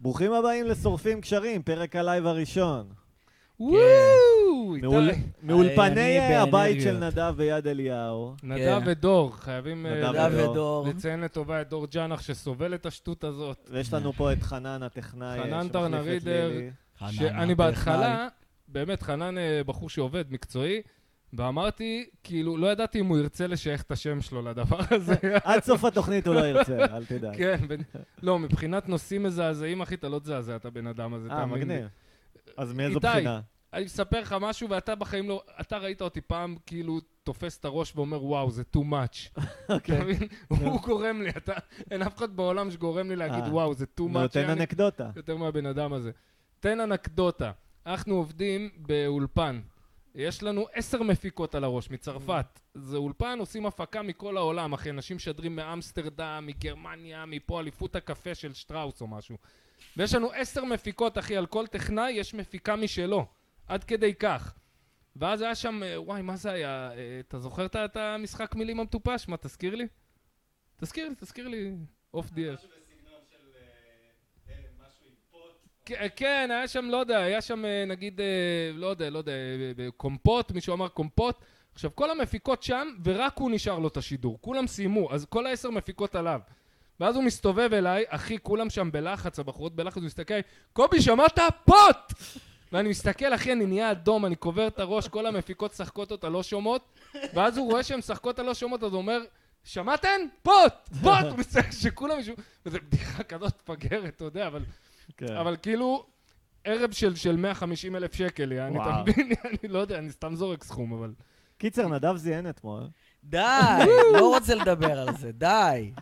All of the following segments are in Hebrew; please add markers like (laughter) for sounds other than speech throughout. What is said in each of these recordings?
ברוכים הבאים לשורפים קשרים, פרק הלייב הראשון. כן. וואו! מאול- איתי- מאולפני אני הבית באנרגיות. של נדב ויד אליהו. נדב כן. ודור, חייבים אה, נדב נדב ודור. ודור. לציין לטובה את דור ג'אנח שסובל את השטות הזאת. ויש לנו פה את חנן הטכנאי. חנן שמחליף טרנר את רידר. לילי. שאני בהתחלה, באמת, חנן אה, בחור שעובד, מקצועי, ואמרתי, כאילו, לא ידעתי אם הוא ירצה לשייך את השם שלו לדבר הזה. עד סוף התוכנית הוא לא (laughs) ירצה, אל תדאג. כן, ו- לא, מבחינת נושאים מזעזעים, אחי, אתה לא תזעזע את הבן אדם הזה, אה, תאמין לי. מגניב. אז מאיזו איתי. בחינה? (laughs) אני מספר לך משהו, ואתה בחיים לא... אתה ראית אותי פעם, כאילו, תופס את הראש ואומר, וואו, זה too much. אתה אוקיי. מבין? הוא גורם לי, אתה... אין אף אחד בעולם שגורם לי אה. להגיד, וואו, זה too much. נו, תן יעני." אנקדוטה. יותר מהבן אדם הזה. תן אנקדוטה. אנחנו עובדים באולפן. יש לנו עשר מפיקות על הראש, מצרפת. זה אולפן, עושים הפקה מכל העולם, אחי. אנשים משדרים מאמסטרדם, מגרמניה, מפה, אליפות הקפה של שטראוס או משהו. ויש לנו עשר מפיקות, אחי, על כל טכנאי יש מפיקה משלו. עד כדי כך. ואז היה שם, אה, וואי, מה זה היה? אה, אתה זוכר את- את המשחק מילים המטופש? מה, תזכיר לי? תזכיר לי, תזכיר לי. אוף דיאר. כן, כן, היה שם, לא יודע, היה שם אה, נגיד, אה, לא יודע, לא יודע, אה, אה, קומפוט, מישהו אמר קומפוט. עכשיו, כל המפיקות שם, ורק הוא נשאר לו את השידור. כולם סיימו, אז כל העשר מפיקות עליו. ואז הוא מסתובב אליי, אחי, כולם שם בלחץ, הבחורות בלחץ, הוא מסתכל, עליי, קובי, שמעת? פוט! ואני מסתכל, אחי, אני נהיה אדום, אני קובר את הראש, כל המפיקות שחקות אותה לא שומעות, ואז הוא רואה שהן שחקות אותה לא שומעות, אז הוא אומר, שמעתן? פוט! פוט! הוא מסתכל, שכולם ישמעו, וזו בדיחה כזאת מפגרת, אתה יודע, אבל כן. אבל כאילו, ערב של, של 150 אלף שקל, יעני, אתה וואו. מבין? (laughs) אני לא יודע, אני סתם זורק סכום, אבל... קיצר, נדב זיין אתמול. די, (laughs) לא רוצה לדבר על זה, די.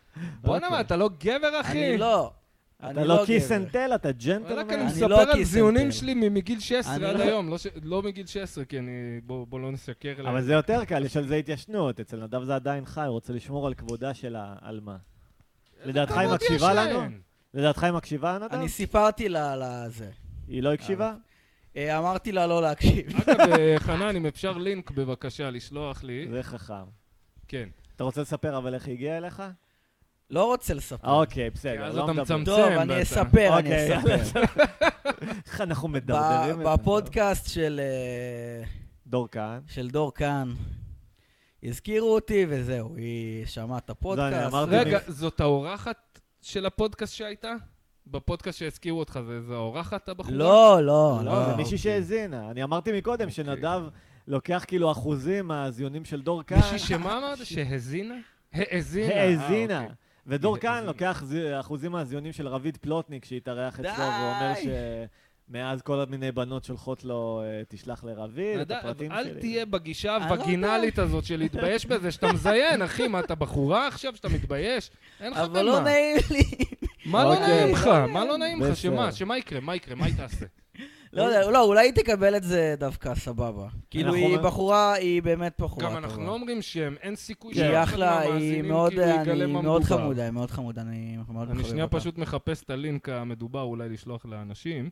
בוא'נה, מה, אתה לא גבר, אחי? אני לא. אתה אני לא גבר. כיס אנד טל, אתה וואלכ, ג'נטלמן. אני אני מספר לא על קיס זיונים אנטל. שלי מ- מגיל 16 אני עד לא- היום, לא ש- לא מגיל 16, כי אני... בוא בוא לא נסקר אליי. אבל זה יותר קל, יש על זה התיישנות. אצל נדב זה עדיין חי, הוא רוצה לשמור על כבודה של העלמה. לדעתך היא מקשיבה לנו? לדעתך היא מקשיבה, נדב? אני סיפרתי לה על הזה. היא לא הקשיבה? אה, אמרתי לה לא להקשיב. אגב, אה, חנן, אם אפשר לינק בבקשה לשלוח לי. זה חכם. כן. אתה רוצה לספר אבל איך היא הגיעה אליך? לא רוצה לספר. אה, אוקיי, כי בסדר, אה, אז לא אתה מדברים. מצמצם. טוב, ואתה- אני אספר, אני אוקיי, יאללה, (laughs) אספר. איך אנחנו מדרדרים את ב- זה? בפודקאסט של, אה, דור כהן. של דור כאן, הזכירו אותי וזהו, היא שמעה את לא, אני הפודקאסט. אמרתי רגע, זאת האורחת של הפודקאסט שהייתה? בפודקאסט שהזכירו אותך, זה- זה האורחת הבחורה? לא, לא, לא, זה לא. מישהי שהאזינה. אני אמרתי מקודם אוקיי. שנדב לוקח כאילו אחוזים מהזיונים של דור כהן. מישהי שמה (laughs) אמרת? שהזינה? האזינה. אה, האזינה. אוקיי. ודור האזינה. כהן לוקח ז- אחוזים מהזיונים של רביד פלוטניק שהתארח אצלו, די. והוא אומר שמאז כל מיני בנות שולחות לו, אה, תשלח לרביד, את נדב, הפרטים שלי. אל תהיה בגישה אני לא הווגינלית הזאת של להתבייש בזה שאתה מזיין, אחי, מה, אתה בחורה עכשיו שאתה מתבייש? אין לך כאן אבל לא מה. נעים לי. מה לא אוקיי. נעים לך? מה לא נעים בסדר. לך? שמה? שמה יקרה? מה יקרה? מה היא (laughs) תעשה? לא יודע, לא, אולי היא תקבל את זה דווקא סבבה. כאילו, אנחנו- היא בחורה, היא באמת בחורה גם טובה. אנחנו לא אומרים שם, אין סיכוי היא שאף אחד אחלה, היא מהמאזינים מאוד, כאילו יגלה אני מה מאוד מדובר. חמודה, היא מאוד חמודה, אני מאוד מחבב אותה. אני שנייה פשוט מחפש את הלינק המדובר, אולי לשלוח לאנשים.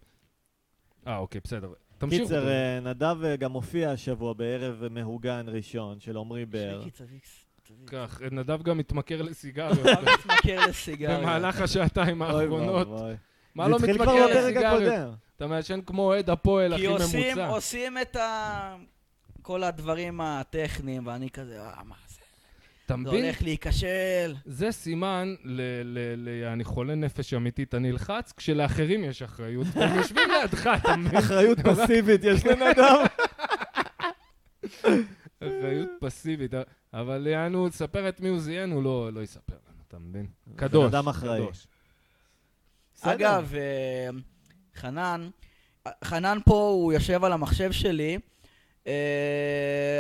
אה, אוקיי, בסדר. תמשיך. קיצר, אה, נדב אה, גם הופיע השבוע בערב מהוגן ראשון של עמרי בר. שריקי, תביא קצת, תביא. כך, נדב גם (laughs) מתמכר לסיגריות אבא מתמכר לסיגריה. במהלך השעתיים אוי האחרונות. ואבוי. מה לא זה התחיל מתמכר כבר בפרק לסיגריות? הקודם. (laughs) אתה מעשן כמו אוהד הפועל, הכי כי עושים, ממוצע. עושים את ה... כל הדברים הטכניים, ואני כזה, אה, מה זה? אתה זה מבין? הולך להיכשל. זה סימן ל... ל... ל... אני חולה נפש אמיתי, אתה נלחץ כשלאחרים יש אחריות. (laughs) הם יושבים לידך, אתה מבין? אחריות פסיבית יש לנדב. אחריות פסיבית. אבל יענו, תספר את מי הוא זיין, הוא לא, לא יספר לנו, אתה מבין? קדוש. אדם אחראי. קדוש. בסדר. אגב, אה, חנן, חנן פה, הוא יושב על המחשב שלי. אה,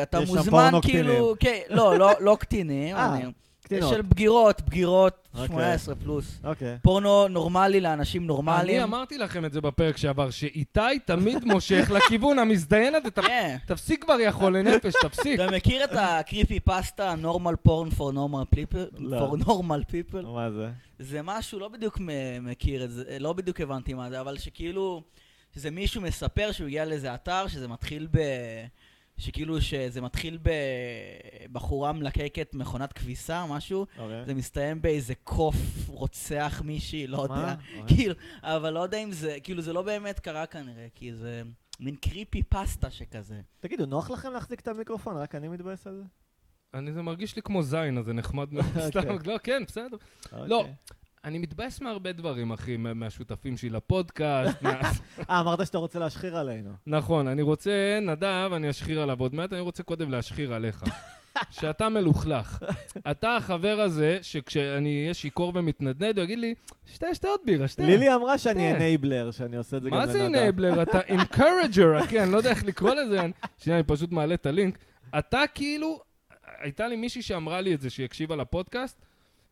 אתה יש שם מוזמן פורנו כאילו... כן, לא, לא- (laughs) לא קטינים. אה, אני- קטינות. של בגירות, בגירות, אוקיי. 18 פלוס. אוקיי. פורנו נורמלי לאנשים אה, אני נורמליים. אמרתי לכם את זה בפרק שעבר, שאיתי תמיד מושך לכיוון המזדיין הזה. ת- כן. תפסיק כבר, יא חולה נפש, תפסיק. אתה מכיר את הקריפי פסטה, Normal Porn for Normal People? לא. For Normal People? מה זה? זה משהו, לא בדיוק מ- מכיר את זה, לא בדיוק הבנתי מה זה, אבל שכאילו, שזה מישהו מספר שהוא הגיע לאיזה אתר, שזה מתחיל ב... שכאילו שזה מתחיל בבחורה מלקקת מכונת כביסה, משהו, אוקיי. זה מסתיים באיזה קוף רוצח מישהי, לא יודע. מה? אוקיי. כאילו, אבל לא יודע אם זה, כאילו זה לא באמת קרה כנראה, כי זה מין קריפי פסטה שכזה. תגידו, נוח לכם להחזיק את המיקרופון? רק אני מתבאס על זה? אני, זה מרגיש לי כמו זין, אז זה נחמד (laughs) מאוד. אוקיי. סתם, לא, כן, בסדר. לא. אוקיי. אני מתבאס מהרבה דברים, אחי, מה- מהשותפים שלי לפודקאסט. מה- אה, אמרת שאתה רוצה להשחיר עלינו. נכון, אני רוצה, נדב, אני אשחיר עליו עוד מעט, אני רוצה קודם להשחיר (laughs) עליך. שאתה מלוכלך. אתה החבר הזה, שכשאני אהיה שיכור ומתנדנד, הוא יגיד לי, שתה, שתה עוד בירה, שתה. לילי אמרה שאני כן. אנייבלר, שאני עושה את זה גם מה זה לנדב. אינבלר? אתה (laughs) אינקורג'ר, אחי, אני לא יודע איך לקרוא לזה. אני- שנייה, אני פשוט מעלה את הלינק. אתה כאילו, הייתה לי מישהי שאמרה לי את זה, שהיא הקשיבה לפודקאסט,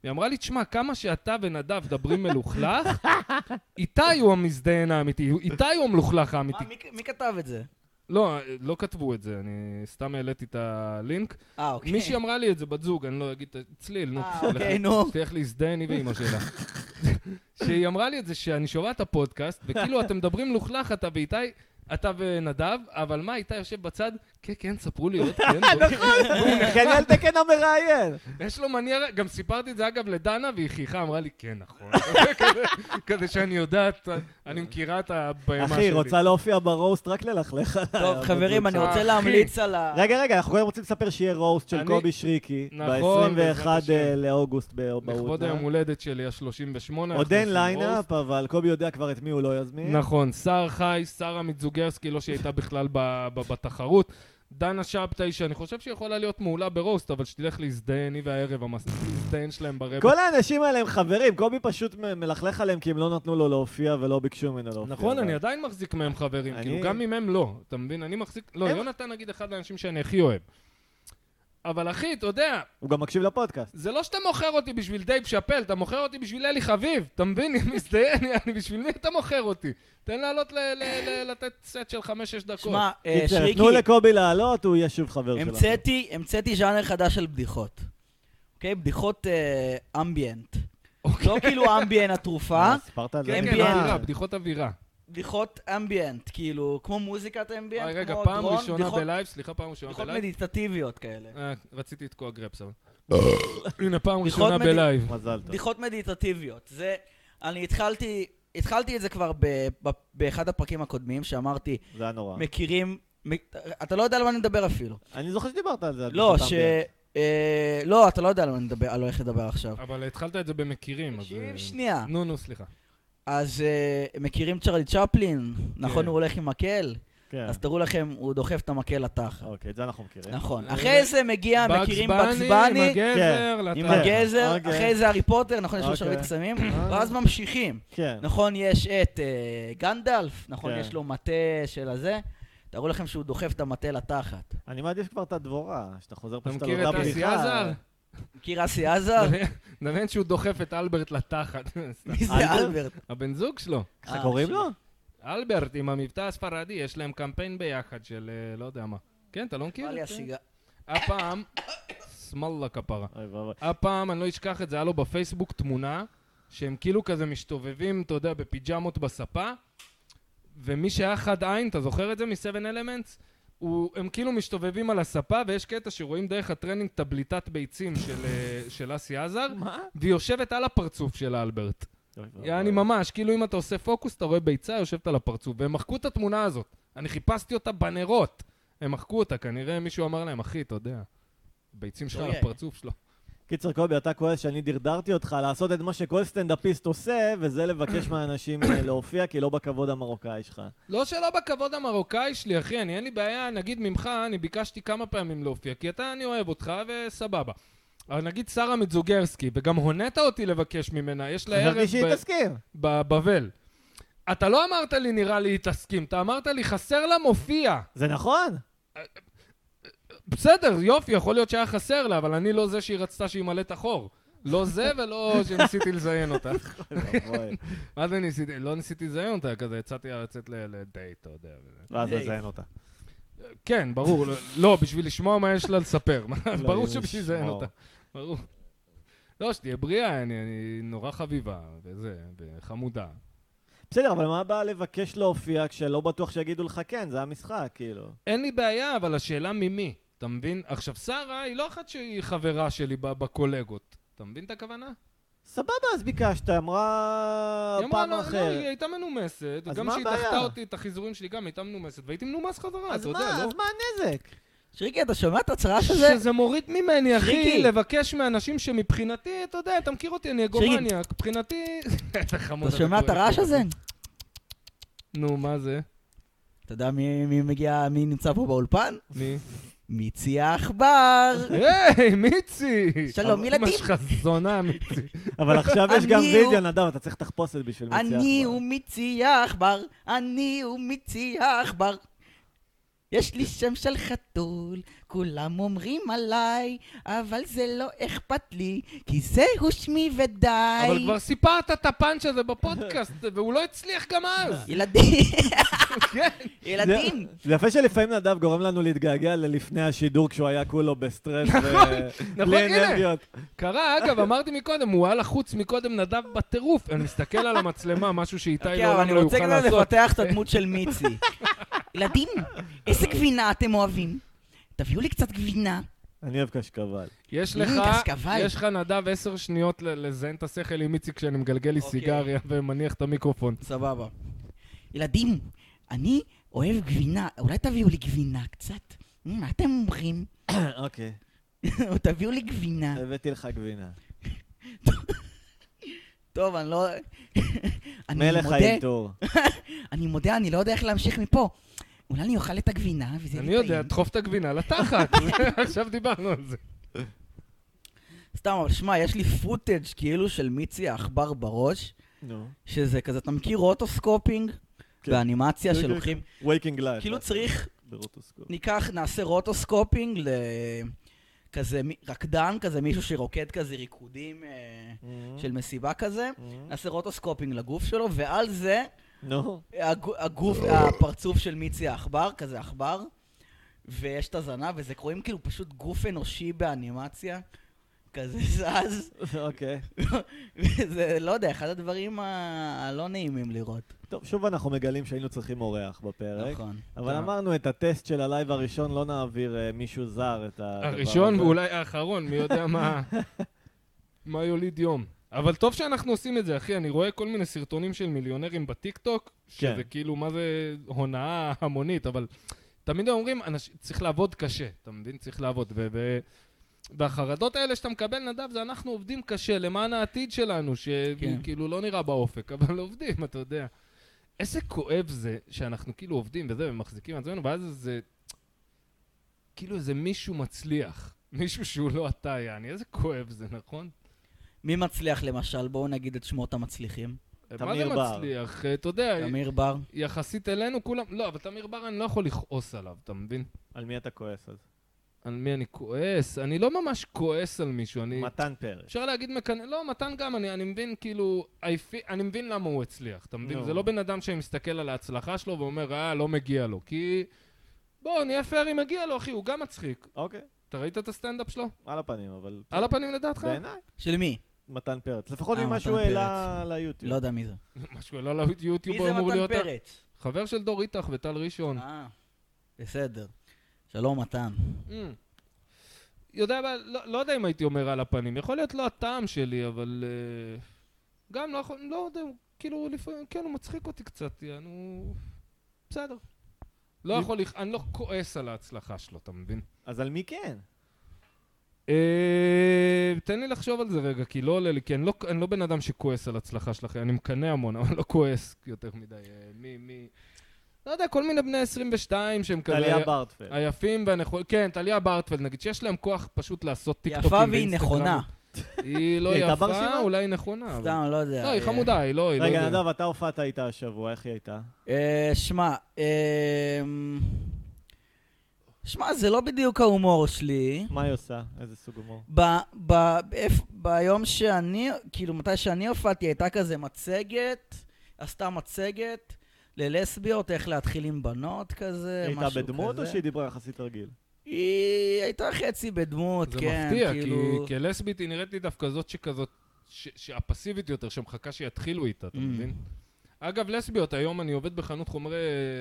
היא אמרה לי, תשמע, כמה שאתה ונדב מדברים מלוכלך, (laughs) איתי הוא המזדיין האמיתי, הוא- איתי הוא המלוכלך האמיתי. מה, מי- מי כתב את זה? לא, לא כתבו את זה, אני סתם העליתי את הלינק. אה, אוקיי. מישהי אמרה לי את זה, בת זוג, אני לא אגיד, את ה- צליל, נו. אה, (laughs) אוקיי, נו. שתלך להזדהן היא ואימא שלה. (laughs) שהיא אמרה לי את זה שאני שומע את הפודקאסט, וכאילו אתם מדברים לוכלך, אתה ואיתי, אתה ונדב, אבל מה, איתי יושב בצד, כן, כן, ספרו לי עוד, כן, (laughs) בוא." כן, אל תקן המראיין. יש לו מניארה, גם סיפרתי את זה אגב לדנה, והיא חייכה, אמרה לי, כן, (laughs) נכון. כזה- כזה שאני יודעת, אני מכירה את הבהמה שלי. אחי, רוצה להופיע ברוסט, רק ללכלך עליי. טוב, חברים, אני רוצה אחי. להמליץ על ה... אה, רגע, רגע, אנחנו גם רוצים לספר שיהיה רוסט של אני- קובי שריקי, נכון, ב-21 בעזרת השם. לאוגוסט לכבוד היום בהודנה. הולדת שלי, ה-38. אה? עוד אין ליינאפ, אבל קובי יודע כבר את מי הוא לא יזמין. נכון, שר חי, שרה מיטזוגרסקי, לא שהייתה בכלל ב- ב- בתחרות. דנה שבתאי, שאני חושב שהיא יכולה להיות מעולה ברוסט, אבל שתלך להזדיין, היא והערב, המזדיין שלהם ברבע. כל האנשים האלה הם חברים, קובי פשוט מ- מלכלך עליהם כי הם לא נתנו לו להופיע ולא ביקשו ממנו להופיע. נכון, אבל- אני עדיין מחזיק מהם חברים, אני- כאילו, גם אם הם לא, אתה מבין? אני מחזיק... לא, הם- יונתן, נגיד, אחד האנשים שאני הכי אוהב. אבל אחי, אתה יודע, הוא גם מקשיב לפודקאסט. זה לא שאתה מוכר אותי בשביל דייב שאפל, אתה מוכר אותי בשביל אלי חביב, אתה מבין? אני מזדיין, אני בשביל מי אתה מוכר אותי? תן לעלות ל- ל- ל- לתת סט של חמש-שש דקות. שמע, אה, קיצר, שריקי, תנו לקובי לעלות, הוא יהיה שוב חבר שלנו. המצאתי, המצאתי ז'אנר חדש של בדיחות. אוקיי? בדיחות אה, אמביאנט. אוקיי. לא כאילו אמביאנט התרופה, אה, סיפרת על זה? כן, כן, NBA. אווירה, בדיחות אווירה. בדיחות אמביאנט, כאילו, כמו מוזיקת אוי, אמביאנט, רגע, כמו פעם דרון, ראשונה בדיחות- בלייב, סליחה, פעם ראשונה בדיחות בלייב. מדיטטיביות כאלה. אה, רציתי לתקוע גרפס, אבל... אה. הנה, פעם בדיחות ראשונה מדי- בלייב. מזל טוב. בדיחות מדיטטיביות. זה, אני התחלתי, התחלתי את זה כבר ב, ב, באחד הפרקים הקודמים, שאמרתי, זה היה אה. נורא. מכירים, מ, אתה לא יודע על מה נדבר אפילו. אני זוכר שדיברת על זה. על לא, פשוט ש... אמביאנט. אה, לא, אתה לא יודע על מה נדבר, על איך לדבר עכשיו. אבל התחלת את זה במכירים, אז... תקשיב אה, שנייה. נו, נו, סליחה. אז אה, מכירים צ'רלי צ'פלין, נכון, כן. הוא הולך עם מקל? כן. אז תראו לכם, הוא דוחף את המקל לתחת. אוקיי, את זה אנחנו מכירים. נכון. אה, אחרי זה מגיע, מכירים בקס עם בני, הגזר, כן, עם לתחת. הגז. הגזר, אוקיי. אחרי זה הארי פוטר, נכון, יש לו אוקיי. שרביט קסמים, אה. ואז ממשיכים. כן. נכון, יש את אה, גנדלף, נכון, כן. יש לו מטה של הזה. תארו לכם שהוא דוחף את המטה לתחת. אני מעדיף כבר את הדבורה, שאתה חוזר אתה פשוט על מכיר את לא אותה אסי בדיחה. עזר? (laughs) מכיר אסי עזר? דמיין- (laughs) דמיין שהוא דוחף את אלברט לתחת. (laughs) סתם. מי זה אלברט? אלברט? הבן זוג שלו. ככה אה, קוראים לו? אלברט עם המבטא הספרדי, יש להם קמפיין ביחד של אה, לא יודע מה. כן, אתה לא מכיר? בא לי כן. הסיגר. הפעם, שמאללה כפרה. אוי ואבוי. הפעם, אני לא אשכח את זה, היה לו בפייסבוק תמונה שהם כאילו כזה מסתובבים, אתה יודע, בפיג'מות בספה, ומי שהיה חד עין, אתה זוכר את זה מ-7 Elements? הוא, הם כאילו מסתובבים על הספה, ויש קטע שרואים דרך הטרנינג את הבליטת ביצים של, אה, של אסי עזר, מה? והיא יושבת על הפרצוף של אלברט. אוי ואבוי. יעני ממש, כאילו אם אתה עושה פוקוס, אתה רואה ביצה יושבת על הפרצוף. והם מחקו את התמונה הזאת. אני חיפשתי אותה בנרות. הם מחקו אותה, כנראה מישהו אמר להם, אחי, אתה יודע, ביצים שלך על אוי. הפרצוף שלו. קיצר, קובי, אתה כועס שאני דרדרתי אותך לעשות את מה שכל סטנדאפיסט עושה, וזה לבקש (coughs) מהאנשים אה, להופיע, כי לא בכבוד המרוקאי (coughs) שלך. לא שלא בכבוד המרוקאי שלי, אחי, אני אין לי בעיה, נגיד ממך, אני ביקשתי כמה פעמים להופיע, כי אתה, אני אוהב אותך, וסבבה. אבל נגיד שרה מידזוגרסקי, וגם הונית אותי לבקש ממנה, יש לה ערב חשבתי שהיא ב- תסכים. בבבל. אתה לא אמרת לי, נראה לי, תסכים, אתה אמרת לי, חסר לה מופיע. זה נכון? בסדר, יופי, יכול להיות שהיה חסר לה, אבל אני לא זה שהיא רצתה שימלא את החור. לא זה ולא שניסיתי לזיין אותה. (coughs) אוי ואבוי. מה זה ניסיתי? לא ניסיתי לזיין אותה, כזה יצאתי לה לצאת ל- לדייט, אתה יודע. וזה. ואז נזיין אותה. כן, ברור. לא- לא, בשביל לשמוע מה יש לה לספר. (laughs) מה, לא, ברור היא שבשביל זה אין לשמור. אותה. ברור. לא, שתהיה בריאה, אני, אני נורא חביבה, וזה, וחמודה. בסדר, אבל מה הבעיה לבקש להופיע כשלא בטוח שיגידו לך כן, זה המשחק, כאילו. אין לי בעיה, אבל השאלה ממי, אתה מבין? עכשיו, שרה היא לא אחת שהיא חברה שלי ב- בקולגות. אתה מבין את הכוונה? סבבה, אז ביקשת, אמרה היא אמרה, פעם "לא, לא, היא אחרת. הייתה מנומסת, אז גם מה שהיא הבעיה? דחתה אותי, את החיזורים שלי גם הייתה מנומסת, והייתי מנומס חזרה, אז אתה יודע, מה, לא? אז מה הנזק? שריקי, אתה שומע את הצרש הזה? שזה מוריד ממני, אחי, שריקי. לבקש מאנשים שמבחינתי, אתה יודע, אתה מכיר אותי, אני אגומניאק, מבחינתי... (laughs) איזה חמוד אתה שומע את קורא. הרעש הזה? נו, מה זה? אתה יודע מי מי מגיע, מי נמצא פה באולפן? מי? מיצי העכבר! היי, מיצי! שלום, ילדים. אמא שלך זונה, מיצי. אבל עכשיו יש גם אני וידאו, הוא- נדב, אתה צריך תחפושת בשביל מציאה. אני הוא מיצי העכבר, אני הוא מיצי העכבר. יש לי שם של חתול, כולם אומרים עליי, אבל זה לא אכפת לי, כי זהו שמי ודי. אבל כבר סיפרת את הפאנץ' הזה בפודקאסט, והוא לא הצליח גם (laughs) אז. (laughs) ילדים, כן. ילדים, זה יפה שלפעמים נדב גורם לנו להתגעגע ללפני השידור כשהוא היה כולו בסטרס נכון, ובלי הנה. אנרגיות. קרה, אגב, אמרתי מקודם, הוא היה לחוץ מקודם נדב בטירוף. אני מסתכל על המצלמה, משהו שאיתי כן, אבל לעולם אני לא רוצה יוכל גם לעשות. לפתח את הדמות של מיצי. ילדים, איזה גבינה אתם אוהבים? תביאו לי קצת גבינה. אני אוהב קשקבל. יש מי, לך, דסקבל. יש לך נדב עשר שניות ל- לזיין את השכל עם איציק כשאני מגלגל לי אוקיי. סיגריה (laughs) ומניח את המיקרופון. סבבה. ילדים, אני אוהב גבינה, אולי תביאו לי גבינה קצת? מ, מה אתם אומרים? (laughs) אוקיי, תביאו לי גבינה. הבאתי לך גבינה. טוב, אני לא... (laughs) אני מלך מודה, האלתור. אני מודה, אני לא יודע איך להמשיך מפה. אולי אני אוכל את הגבינה, וזה יהיה לי אני יודע, טעים. דחוף את הגבינה (laughs) לתחת. עכשיו דיברנו על זה. סתם, אבל שמע, יש לי פוטג' כאילו של מיצי העכבר בראש, נו. שזה כזה, אתה מכיר אוטוסקופינג? כן. באנימציה כן, כן, שלוקחים... וייקינג לייב. כאילו צריך, ברוטוסקופ. ניקח, נעשה רוטוסקופינג לכזה מי- רקדן, כזה מישהו שרוקד כזה ריקודים אה, Mm-hmm. של מסיבה כזה. נעשה רוטוסקופינג לגוף שלו, ועל זה נו. הגו- הגוף, הפרצוף של מיצי העכבר, כזה עכבר, ויש את הזנב, וזה קוראים כאילו פשוט גוף אנושי באנימציה, כזה (laughs) זז, אוקיי. וזה, לא יודע, אחד הדברים ה- הלא נעימים לראות. טוב, שוב אנחנו מגלים שהיינו צריכים אורח בפרק. נכון. אבל טוב. אמרנו את הטסט של הלייב הראשון, לא נעביר אה, מישהו זר את הדבר הזה. הראשון ואולי האחרון, מי יודע (laughs) מה... מה יוליד יום. אבל טוב שאנחנו עושים את זה, אחי. אני רואה כל מיני סרטונים של מיליונרים בטיקטוק, שזה כן. כאילו, מה זה הונאה המונית, אבל תמיד הם אומרים, אנש... צריך לעבוד קשה, אתה מבין? צריך לעבוד. ו... ו... והחרדות האלה שאתה מקבל, נדב, זה אנחנו עובדים קשה למען העתיד שלנו, כן. שכאילו לא נראה באופק, אבל עובדים, אתה יודע. איזה כואב זה שאנחנו כאילו עובדים וזה, ומחזיקים עצמנו, ואז זה... כאילו איזה מישהו מצליח. מישהו שהוא לא אתה, יעני. איזה כואב זה, נכון? מי מצליח למשל? בואו נגיד את שמות המצליחים. מה זה תמיר בר. מצליח? אה, אתה יודע, אמיר בר. יחסית אלינו כולם... לא, אבל תמיר בר אני לא יכול לכעוס עליו, אתה מבין? על מי אתה כועס אז? על מי אני כועס? אני לא ממש כועס על מישהו, אני... מתן פרץ. אפשר להגיד מקנא... לא, מתן גם, אני, אני מבין כאילו... I feel- אני מבין למה הוא הצליח, אתה מבין? נו. זה לא בן אדם שמסתכל על ההצלחה שלו ואומר, אה, לא מגיע לו, כי... בוא, נהיה פיירים, מגיע לו, אחי, הוא גם מצחיק. אוקיי, אתה ראית את הסטנדאפ שלו? על הפנים, אבל... כן. על הפנים לדעתך? בעיניי, של מי? מתן פרץ. לפחות אה, ממה מתן שהוא פרץ. העלה ליוטיוב. לא יודע מי זה. משהו, לא ליוטיוב, מי הוא זה אמור מתן להיות... נכון. פרץ? חבר של דור איתך וטל ראשון. אה, בסדר. שלום, מתן. אמ. יודע, אבל לא, לא יודע אם הייתי אומר על הפנים. יכול להיות לא הטעם שלי, אבל... אה, גם לא יכול... לא יודע, הוא כאילו לפעמים... כן, הוא מצחיק אותי קצת, יענו... הוא- בסדר. לא אם- יכול... לכ- אני לא כועס על ההצלחה שלו, אתה מבין? אז על מי כן? אה, תן לי לחשוב על זה רגע, כי לא עולה לי, כי אני לא, אני לא בן אדם שכועס על הצלחה שלכם, אני מקנא המון, אבל לא כועס יותר מדי. אה, מי, מי... לא יודע, כל מיני בני 22 שהם כזה... טליה ברטפלד. אה, היפים והנכונים, כן, טליה בארטפלד נגיד, שיש להם כוח פשוט לעשות טיקטוקים יפה והיא ואינסטגרמים. נכונה. היא לא היא הייתה יפה, ברשימה? אולי היא נכונה. אבל- סתם, לא יודע. לא, היא אה, חמודה, היא לא... היא לא רגע, יודע. נדב, אתה הופעת איתה השבוע, איך היא הייתה? אה, שמע, אמ, שמע, זה לא בדיוק ההומור שלי. מה היא עושה? איזה סוג הומור? ב, ב, איפ, ביום שאני, כאילו, מתי שאני הופעתי, הייתה כזה מצגת, עשתה מצגת ללסביות, איך להתחיל עם בנות כזה, היא משהו הייתה כזה. בדמות או שהיא דיברה יחסית רגיל? היא הייתה חצי בדמות, זה כן, מפתיע, כי- כאילו... כי הלסבית היא נראית לי דווקא זאת שכזאת, ש- שהפסיבית יותר, שמחכה שיתחילו איתה, אתה Mm. מבין? אגב, לסביות, היום אני עובד בחנות חומרי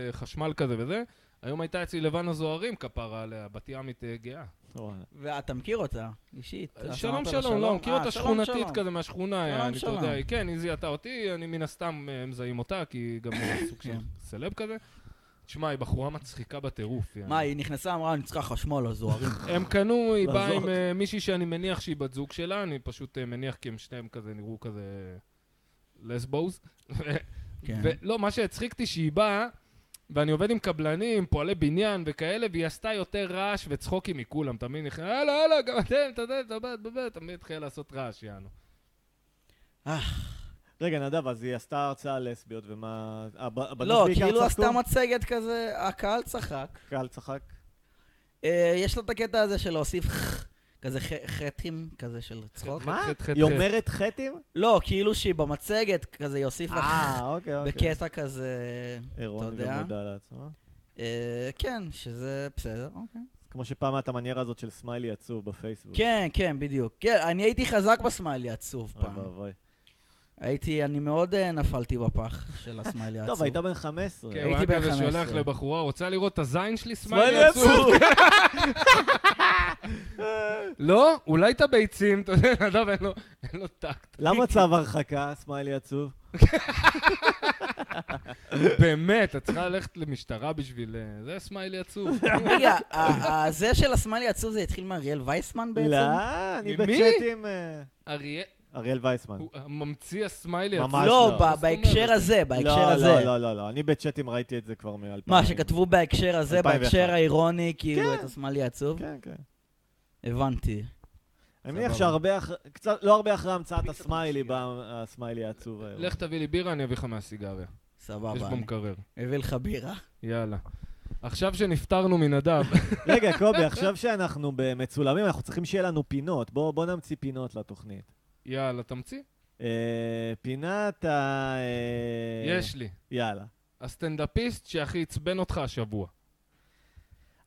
אה, חשמל כזה וזה. היום הייתה אצלי לבנה זוהרים כפרה עליה, בת ימית אה, גאה. וואלה. ואתה מכיר אותה, אישית. אתה שלום אמרת לה שלום, לא, מכיר אה, אותה שלום, שכונתית שלום. כזה מהשכונה, שלום, יעני, אתה שלום. יודע, היא- כן, היא זיהתה אותי, אני מן הסתם אה, מזהים אותה, כי (coughs) היא גם אה, סוג של כן. סלב כזה. תשמע, היא בחורה מצחיקה בטירוף. יעני. מה, היא נכנסה, אמרה, אני צריכה (laughs) חשמל הזוהרים. הם קנו, (coughs) היא באה לעזור. עם אה, מישהי שאני מניח שהיא בת זוג שלה, אני פשוט אה, מניח כי הם שניהם כזה נראו כזה אה, לסבוז. כן. ולא, לא, מה שהצחיק אותי שהיא באה, ואני עובד עם קבלנים, פועלי בניין וכאלה, והיא עשתה יותר רעש וצחוקים מכולם, אתה מבין? הלו, הלו, גם אתם, אתה יודע, אתה יודע, אתה יודע, אתה מבין, התחילה לעשות רעש, יענו. אה, רגע, נדב, אז היא עשתה הרצאה על לסביות, ומה... הב- הבנות לא, בעיקר כאילו צחקו? עשתה מצגת כזה, הקהל צחק. קהל צחק. אה, יש לו את הקטע הזה של להוסיף ח- כזה ח- חטים כזה של צחוק. מה? חטא, חטא, היא חטא. אומרת חטים? לא, כאילו שהיא במצגת כזה, היא הוסיפה ח- אה, אוקיי, אוקיי. בקטע כזה, אירון אתה גם יודע. מודע לעצמה. אה, כן, שזה בסדר, אוקיי. כמו שפעם הייתה המניירה הזאת של סמיילי עצוב בפייסבוק. כן, כן, בדיוק. כן, אני הייתי חזק בסמיילי עצוב אוי פעם. אה, ואבוי. הייתי, אני מאוד אה, נפלתי בפח של הסמיילי העצוב. טוב, הייתה בן 15. כן, אה, הוא היה הייתי בן כזה 15. שולח לבחורה, רוצה לראות את הזין שלי, סמיילי סמיילי עצוב. עצוב! לא, אולי את הביצים, אתה יודע, (laughs) נדב, אין לו- אין לו טקט. למה צו הרחקה, סמיילי עצוב? באמת, את צריכה ללכת למשטרה בשביל... אה, זה סמיילי (laughs) עצוב. רגע, ה- ה- זה של השמאלי עצוב זה התחיל מאריאל וייסמן בעצם? לא, אני עם בצ'אט מי? עם אה, אריאל, אריאל וייסמן. הוא הממציא הסמיילי ממש. עצוב. לא, לא. ב- מה זאת אומרת? בהקשר הזה, בהקשר הזה. לא, לא, לא, לא, אני בצ'אטים ראיתי את זה כבר מ-2000. מה, שכתבו בהקשר הזה, 2001. בהקשר האירוני, כאילו, כן. את השמאלי העצוב? כן, כן. הבנתי. אני מניח סבבה. שהרבה אחרי, קצת, לא הרבה אחרי המצאת הסמיילי, בא הסמיילי אה, העצוב היום. לך תביא לי בירה, אני אביא לך מהסיגריה. יש סבבה, פה אני מקרר. הביא לך בירה. יאללה. עכשיו שנפטרנו מנדב, (laughs) רגע, קובי, עכשיו שאנחנו מצולמים, אנחנו צריכים שיהיה לנו פינות. בוא, בוא נמציא פינות לתוכנית. יאללה, תמציא. אה, פינת ה... אה, יש לי. יאללה. הסטנדאפיסט שהכי עצבן אותך השבוע.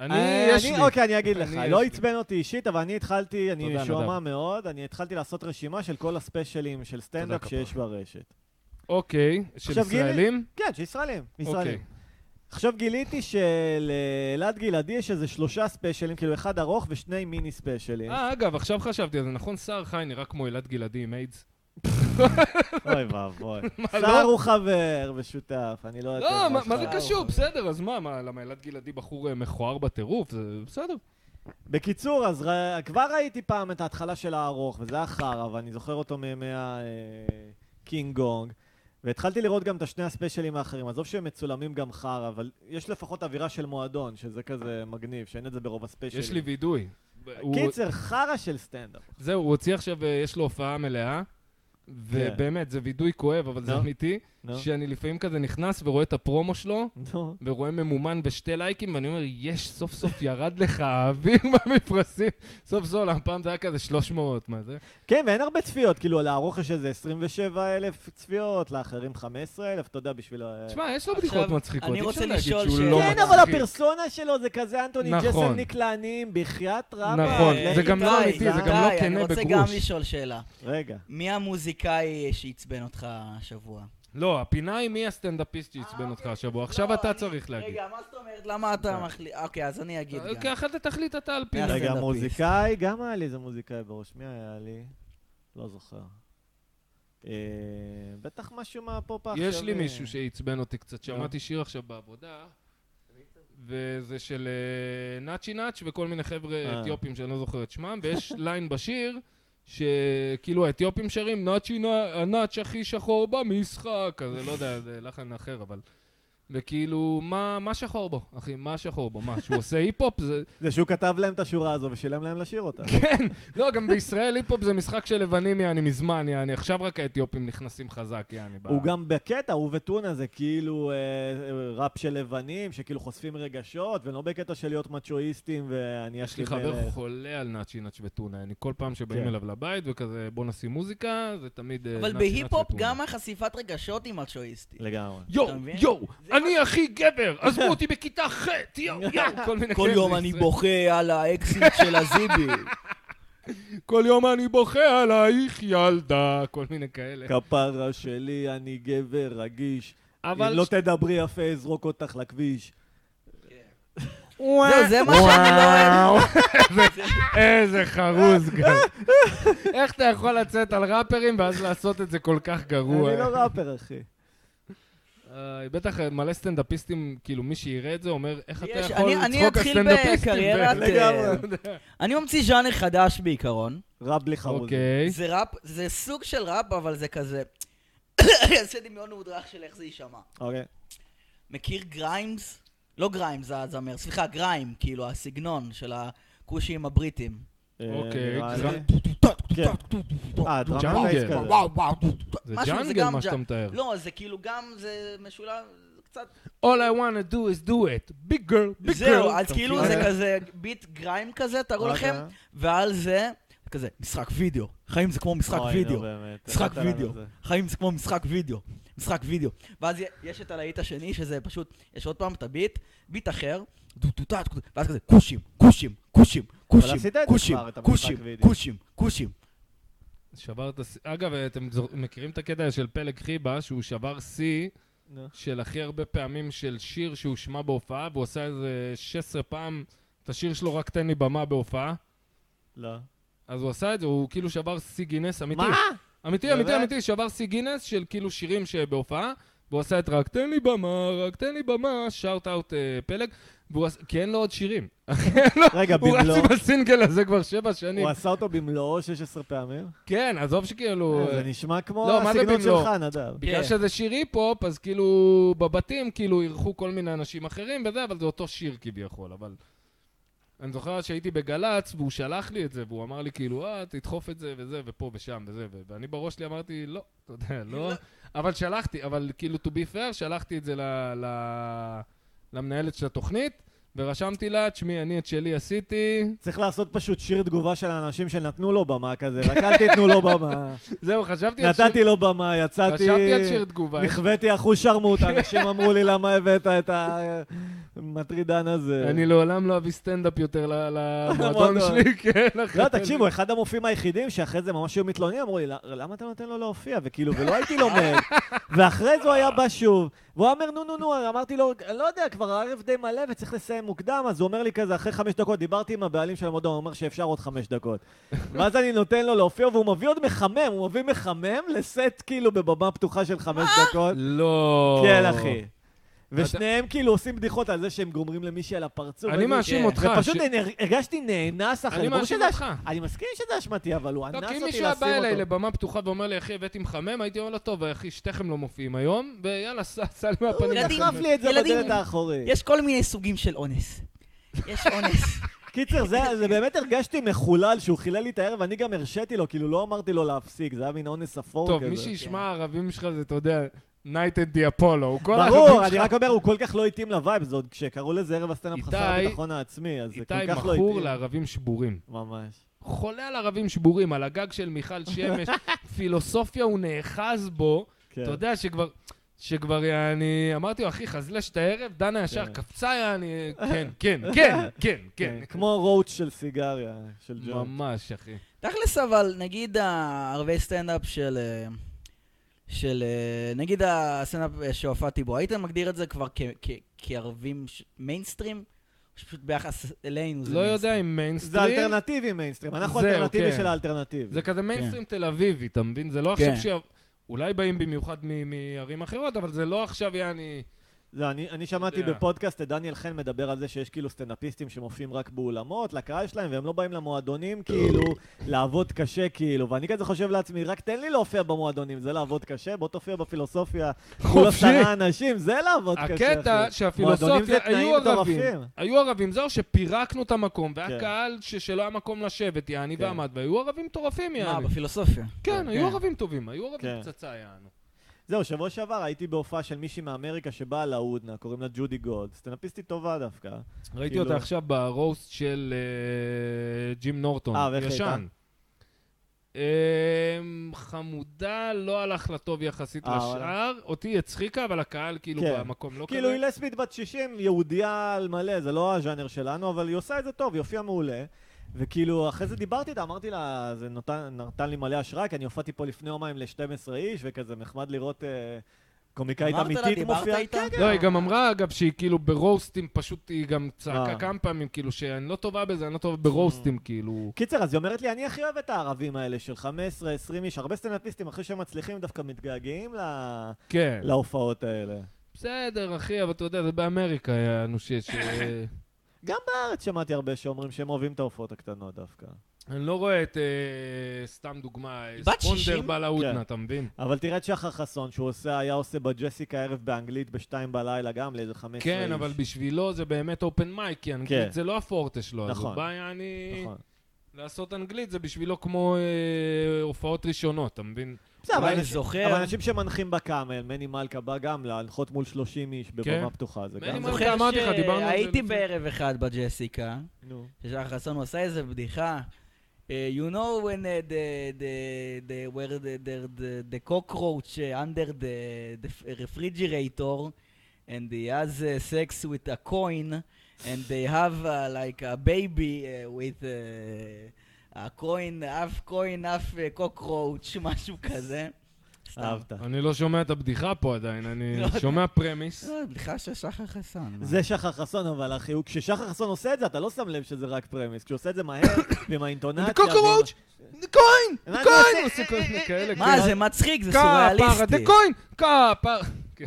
אני, אה, יש לי. אוקיי, אני אגיד אני, לך. יש לא לי. עצבן אותי אישית, אבל אני התחלתי, אני תודה, משועמם נדב. מאוד, אני התחלתי לעשות רשימה של כל הספיישלים של סטנדאפ תודה, כפרה. שיש ברשת. אוקיי, של עכשיו, גילי, ישראלים? כן, שישראלים, ישראלים. אוקיי. עכשיו גיליתי שלאלעד גלעדי יש איזה שלושה ספיישלים, כאילו אחד ארוך ושני מיני ספיישלים. אה, אגב, עכשיו חשבתי על זה. נכון, סער חי נראה כמו אלעד גלעדי עם איידס? אוי (laughs) ואבוי. לא? סער הוא חבר ושותף, אני לא... לא, אתן מה לך. מה זה אה, סער הוא קשור? חבר. בסדר, אז מה, מה, למה אלעד גלעדי בחור אה, מכוער בטירוף? זה בסדר. בקיצור, אז ר- כבר ראיתי פעם את ההתחלה של הארוך, וזה היה חרא, ואני זוכר אותו מימי הקינג גונג. והתחלתי לראות גם את השני הספיישלים האחרים. עזוב שהם מצולמים גם חרא, אבל יש לפחות אווירה של מועדון, שזה כזה מגניב, שאין את זה ברוב הספיישלים. יש לי וידוי. הוא- קיצר, חרא של סטנדאפ. זהו, הוא הוציא עכשיו, אה, יש לו הופעה מלאה. כן. ובאמת, זה וידוי כואב, אבל זה נו. אמיתי. נו, שאני לפעמים כזה נכנס ורואה את הפרומו שלו, נו. ורואה ממומן בשתי לייקים, ואני אומר, יש, סוף סוף ירד לך האוויר (laughs) מהמפרשים. סוף סוף, הפעם זה היה כזה 300, מה זה? כן, ואין הרבה צפיות, כאילו, לערוך יש איזה 27 אלף צפיות, לאחרים 15 אלף, אתה יודע, בשביל... ה- תשמע, יש לו עכשיו, בדיחות מצחיקות, אני אי אפשר רוצה להגיד לשאול שהוא שאלה. לא כן, מצחיק. אבל הפרסונה שלו זה כזה אנטוני נכון. ג'סל ניק לעניים, בחייאת רבאק. נכון, לך זה גם לא איתי. איתי, אמיתי, זה גם לא איתי, כנה אה, אני רוצה גם בגרוש. לשאול שאלה. רגע. מי המוזיקאי שעצבן אותך השבוע? לא, הפינה היא מי הסטנדאפיסט שעצבן אותך השבוע. עכשיו לא, אתה אני- צריך להגיד. כן. רגע, מה זאת אומרת? למה אתה מחליט? אוקיי, אז אני אגיד אה, גם. ככה אתה תחליט אתה על פי. יאללה. רגע, הסטנדאפיסט. מוזיקאי, גם היה לי איזה מוזיקאי בראש. מי היה לי? לא זוכר. אה, בטח משהו מהפופ העכשווי. יש לי מישהו שעצבן אותי קצת, שמעתי שיר עכשיו בעבודה, וזה של אה, נאצ'י נאץ' וכל מיני אה. חבר'ה אתיופים שאני לא זוכר את שמם, ויש ליין בשיר שכאילו האתיופים שרים נאצ'י נא- הנאץ' הכי שחור במשחק, כזה, לא יודע, זה לחן אחר, אבל... וכאילו, מה, מה שחור בו, אחי? מה שחור בו? מה, שהוא עושה היפ-הופ? זה... זה שהוא כתב להם את השורה הזו ושילם להם לשיר אותה. כן! לא, גם בישראל היפ-הופ זה משחק של לבנים, יעני, מזמן, יעני. עכשיו רק האתיופים נכנסים חזק, יעני. ב- הוא גם בקטע, הוא וטונה זה כאילו אה, אה, ראפ של לבנים, שכאילו חושפים רגשות, ולא בקטע של להיות מצ'ואיסטים ואני יש לי אשכיב חבר מלך. חולה על נאצ'י נאצ' וטונה, אני כל פעם שבאים כן. אליו לבית וכזה בוא נשים מוזיקה, זה תמיד אה, נאצ'י אבל נאצ' בהיפ-הופ וטונה. גם החשיפת רגשות היא מצ'ואיסטית. לגמרי. יואו, אתה מבין? יואו, אני הכי גבר, עזבו (laughs) אותי בכיתה (laughs) ח', יואו, יואו, כל מיני כל כאלה יום בישראל. (laughs) אני בוכה על האקסיט של הזיבי. כל יום אני בוכה עלייך ילדה, כל מיני כאלה. כן. כפרה שלי, אני גבר רגיש. אבל... אם לא תדברי יפה, אזרוק אותך לכביש. זהו, זה מה שאני לא (laughs) אוהב. איזה- איזה חרוז גם. איך אתה יכול לצאת על ראפרים ואז לעשות את זה כל כך גרוע? אני לא ראפר, אחי. אוקיי. איי, אה, בטח מלא סטנדאפיסטים, כאילו מי שיראה את זה אומר, איך אתה יש- יכול אני- אני לצחוק על אתחיל סטנדאפיסטים? בקריירת, ו- לגמרי. אני ממציא ז'אנר חדש בעיקרון. ראפ בלי חרוז. אוקיי. זה ראפ, זה סוג של ראפ, אבל זה כזה... (coughs) זה דמיון מודרך של איך זה יישמע. אוקיי. מכיר גריימס? לא גריימס זה הזמר, סליחה, גריים, כאילו, הסגנון של הכושים הבריטים. אה, אוקיי, נראה זה- לי. כן. אה, דרמה ג'אנגל. רייס כזה. וואו, וואו. זה משהו, ג'אנגל גם מה ג'אנ- שאתה מתאר. לא, זה כאילו גם, זה משולב, זה קצת... All I want to do is do it. big girl, big girl. זהו, אז אתה כאילו מכיר? זה כזה ביט גריים כזה, תראו אוקיי. לכם, ועל זה, כזה, משחק וידאו. חיים זה כמו משחק אוי, נו, וידאו. באמת. משחק הבאת לנו וידאו. את זה. חיים זה כמו משחק וידאו. משחק וידאו. ואז י- יש את הלהיט השני, שזה פשוט, יש עוד פעם את הביט, ביט אחר, דו- דו- דו- דו- ואז כזה, כושים, כושים, כושים, כושים, עשית את זה כושים, כבר, את המשחק כושים, וידאו. כושים, כושים. שברת שיא. אגב, אתם זור- מכירים את הקטע של פלג חיבה, שהוא שבר שיא נו. של הכי הרבה פעמים של שיר שהושמע בהופעה, והוא עשה איזה 16 פעם את השיר שלו, רק תן לי במה בהופעה. לא. אז הוא עשה את זה, הוא כאילו שבר שיא גינס אמיתי. מה? אמיתי, באמת? אמיתי, אמיתי, שבר שיא גינס של כאילו שירים שבהופעה, והוא עשה את רק תן לי במה, רק תן לי במה, שאוט אאוט אה, פלג, והוא עשה, כי אין לו עוד שירים. רגע, הוא רץ במלואו. עם הסינגל הזה כבר שבע שנים. הוא עשה אותו במלואו 16 פעמים? כן, עזוב שכאילו... אה, זה נשמע כמו לא, מה זה הסגנון במלואו? שלך, נדב. בגלל כן. שזה שיר היפ-הופ, אז כאילו בבתים כאילו אירחו כל מיני אנשים אחרים וזה, אבל זה אותו שיר כביכול, אבל... אני זוכר שהייתי בגל"צ, והוא שלח לי את זה, והוא אמר לי כאילו, אה, תדחוף את זה וזה, ופה ושם וזה, ו- ואני בראש שלי אמרתי, לא, אתה יודע, לא. אבל שלחתי, אבל כאילו, to be fair, שלחתי את זה ל- ל- למנהלת של התוכנית, ורשמתי לה, תשמעי, אני את שלי עשיתי, צריך לעשות פשוט שיר תגובה של האנשים שנתנו לו במה כזה, רק אל תיתנו לו (laughs) במה. זהו, חשבתי על שיר- נתתי אה, לו במה, יצאתי... חשבתי על שיר תגובה. נכוויתי אחוז שרמוט, (laughs) אנשים אמרו לי למה הבאת את המטרידן הזה. אני לעולם לא אביא סטנדאפ יותר ל- למועדון למועדון. שלי, (laughs) כן. אחי. לא, תקשיבו, אחד המופיעים היחידים שאחרי זה ממש היו מתלוננים, אמרו לי, "ל- למה אתה נותן לו להופיע? וכאילו, ולא הייתי (laughs) לומד. ואחרי זה הוא היה בא שוב, והוא אומר, נו, נו, נו, אמרתי לו, אני לא יודע, כבר הערב די מלא וצריך לסיים מוקדם, אז הוא אומר לי כזה, אחרי חמש דקות, דיברתי עם הבעלים של המועדון, הוא אומר שאפשר עוד חמש (laughs) דקות. ואז אני נותן לו להופיע, והוא מביא עוד מחמם, הוא מביא מחמם לסט כאילו בבמה פתוחה של חמש דקות. לא. כן, אחי. ושניהם כאילו עושים בדיחות על זה שהם גומרים למישהי על הפרצוף. אני מאשים כן. אותך. ופשוט ש- אני הרגשתי נאנס אחרי. אני ברור מאשים שזה- אותך. אני מסכים שזה אשמתי, אבל הוא אנס לא, אותי כי אם לשים אותו. מישהו היה בא אליי לבמה פתוחה ואומר לי, אחי, הבאתי מחמם, הייתי אומר לו, טוב, אחי, שתיכם לא מופיעים היום, ויאללה, ס- (laughs) סל הוא מהפנים. ילדים. דחף לי את זה ילדים. בדלת האחורית. יש כל מיני סוגים של אונס. יש אונס. קיצר, זה זה באמת הרגשתי מחולל שהוא חילל לי את הערב, אני גם הרשיתי לו, כאילו לא אמרתי לו להפסיק, זה היה מין אונס אפור כזה. טוב, מי כן. שישמע הערבים שלך זה, אתה יודע, Night at the Apollo. הוא כל הערבים ברור, אני שלך- רק אומר, הוא כל כך לא התאים לווייב, זה עוד כשקראו לזה ערב הסטנדאפ חסר איתי- הביטחון העצמי, אז זה כל איתי כך לא מכור התאים. לערבים שבורים. ממש. חולה על ערבים שבורים, על הגג של מיכל (laughs) שמש. פילוסופיה הוא נאחז בו. כן. אתה יודע שכבר, שכבר אני אמרתי לו, אחי, חזלש את הערב, דנה ישר כן. קפצה, יעני, (laughs) כן, כן, כן, כן, כן. כן, כמו רוץ' של סיגריה, של ג'ון. ממש, אחי. (laughs) תכלס אבל, נגיד הערבי סטנדאפ של... אה, של... אה, נגיד הסטנדאפ אה, שהופעתי בו, היית מגדיר את זה כבר כ- כ- כערבים ש- מיינסטרים? או שפשוט ביחס אלינו זה לא יודע מיינסטרים? אם זה מיינסטרים, אלטרנטיבי מיינסטרים, אנחנו זהו, אלטרנטיבי כן. של האלטרנטיבי. זה כזה כן. מיינסטרים תל אביבי, אתה מבין? זה לא עכשיו כן. ש... אולי באים במיוחד מ- מערים אחרות, אבל זה לא (laughs) עכשיו יעני... לא, אני, אני שמעתי יודע. בפודקאסט את דניאל חן מדבר על זה שיש כאילו סטנדאפיסטים שמופיעים רק באולמות, לקהל שלהם, והם לא באים למועדונים כאילו לעבוד קשה כאילו, ואני כזה חושב לעצמי, רק תן לי להופיע במועדונים, זה לעבוד קשה? בוא תופיע בפילוסופיה, כולה חופשי. עשרה אנשים, זה לעבוד לא קשה. הקטע אחי. מועדונים זה שהפילוסופיה, תנאים היו ערבים, מטורפים. היו ערבים, זהו שפירקנו את המקום, והיה כן. קהל ש- שלא היה מקום לשבת, יעני, כן. ועמד, והיו ערבים מטורפים, מה, יעני. בפילוסופיה? כן, כן. היו ערבים טובים, היו ערבים כן. פצצה, יענו. זהו, שבוע שעבר הייתי בהופעה של מישהי מאמריקה שבאה להודנה, קוראים לה ג'ודי גוד, סטנדאפיסטית טובה דווקא. ראיתי כאילו- אותה עכשיו ברוסט של אה, ג'ים נורטון, אה, ואיך ישן. הייתה? אמ, חמודה, לא הלך לה טוב יחסית אה, לשאר. אותי הצחיקה, אבל הקהל כאילו כן. במקום לא כאילו כזה. היא לסבית בת 60, יהודייה על מלא, זה לא הז'אנר שלנו, אבל היא עושה את זה טוב, היא הופיעה מעולה. וכאילו, אחרי זה דיברתי איתה, אמרתי לה, זה נותן, נתן לי מלא השראה, כי אני הופעתי פה לפני יומיים ל-12 איש, וכזה נחמד לראות אה, קומיקאית אמרת לה, אמיתית דיברת מופיעה. איתה? כן, כן. לא, היא גם אמרה, אגב, שהיא כאילו ברוסטים, פשוט היא גם אה. Mm. צעקה כמה פעמים, כאילו, שאני לא טובה בזה, אני לא טובה ברוסטים, כאילו. קיצר, אז היא אומרת לי, אני הכי אוהב את הערבים האלה של 15, 20 איש, הרבה סטנדאפיסטים אחרי שהם מצליחים דווקא מתגעגעים ל- כן. לא. להופעות האלה. בסדר, אחי, אבל אתה יודע, זה באמריקה היה לנו שיש... אה, גם בארץ שמעתי הרבה שאומרים שהם אוהבים את ההופעות הקטנות דווקא. אני לא רואה את, אה, סתם דוגמה, אה, בת ספונדר 60? בא להודנה, כן. אתה מבין? אבל תראה את שחר חסון, שהוא עושה, היה עושה בג'סיקה ערב באנגלית בשתיים בלילה גם לאיזה 15 איש. כן, אבל בשבילו זה באמת אופן מייק, כי אנגלית כן. זה לא הפורטה שלו, אז הוא נכון. בא, יעני... נכון. לעשות אנגלית זה בשבילו כמו אה, הופעות ראשונות, אתה מבין? בסדר, אבל אולי אני אנשים- זוכר. אבל אנשים שמנחים בקאמל, מני מלכה בא גם להנחות מול 30 איש בבמה פתוחה, זה כן. מני גם... מלכה- זוכר. זוכר אמרתי לך, דיברנו על זה שהייתי לפני. בערב אחד בג'סיקה, נו. ששחר חסון הוא עשה איזה בדיחה. Uh, you know when uh, the, the, the, where the, the, the, the cockroach uh, under the, the refrigerator and he has uh, sex with a coin and they have uh, like a baby uh, with uh, a coin, half coin, half uh, cockroach, (laughs) משהו כזה. סתם. אהבת. אני לא שומע את הבדיחה פה עדיין, אני לא. שומע פרמיס. לא, בדיחה של שחר חסון. מה? זה שחר חסון, אבל אחי, הוא- כששחר חסון עושה את זה, אתה לא שם לב שזה רק פרמיס. כשהוא עושה את זה מהר, (coughs) ועם האינטונציה... ועם ה- קוקרוץ'! כהן! מה אתה כהן! עושה? עושה כל מיני (coughs) כאלה. מה, כן. זה מצחיק, זה כפרה, דה סוריאליסטי. כהן! (coughs) כפרה. כן.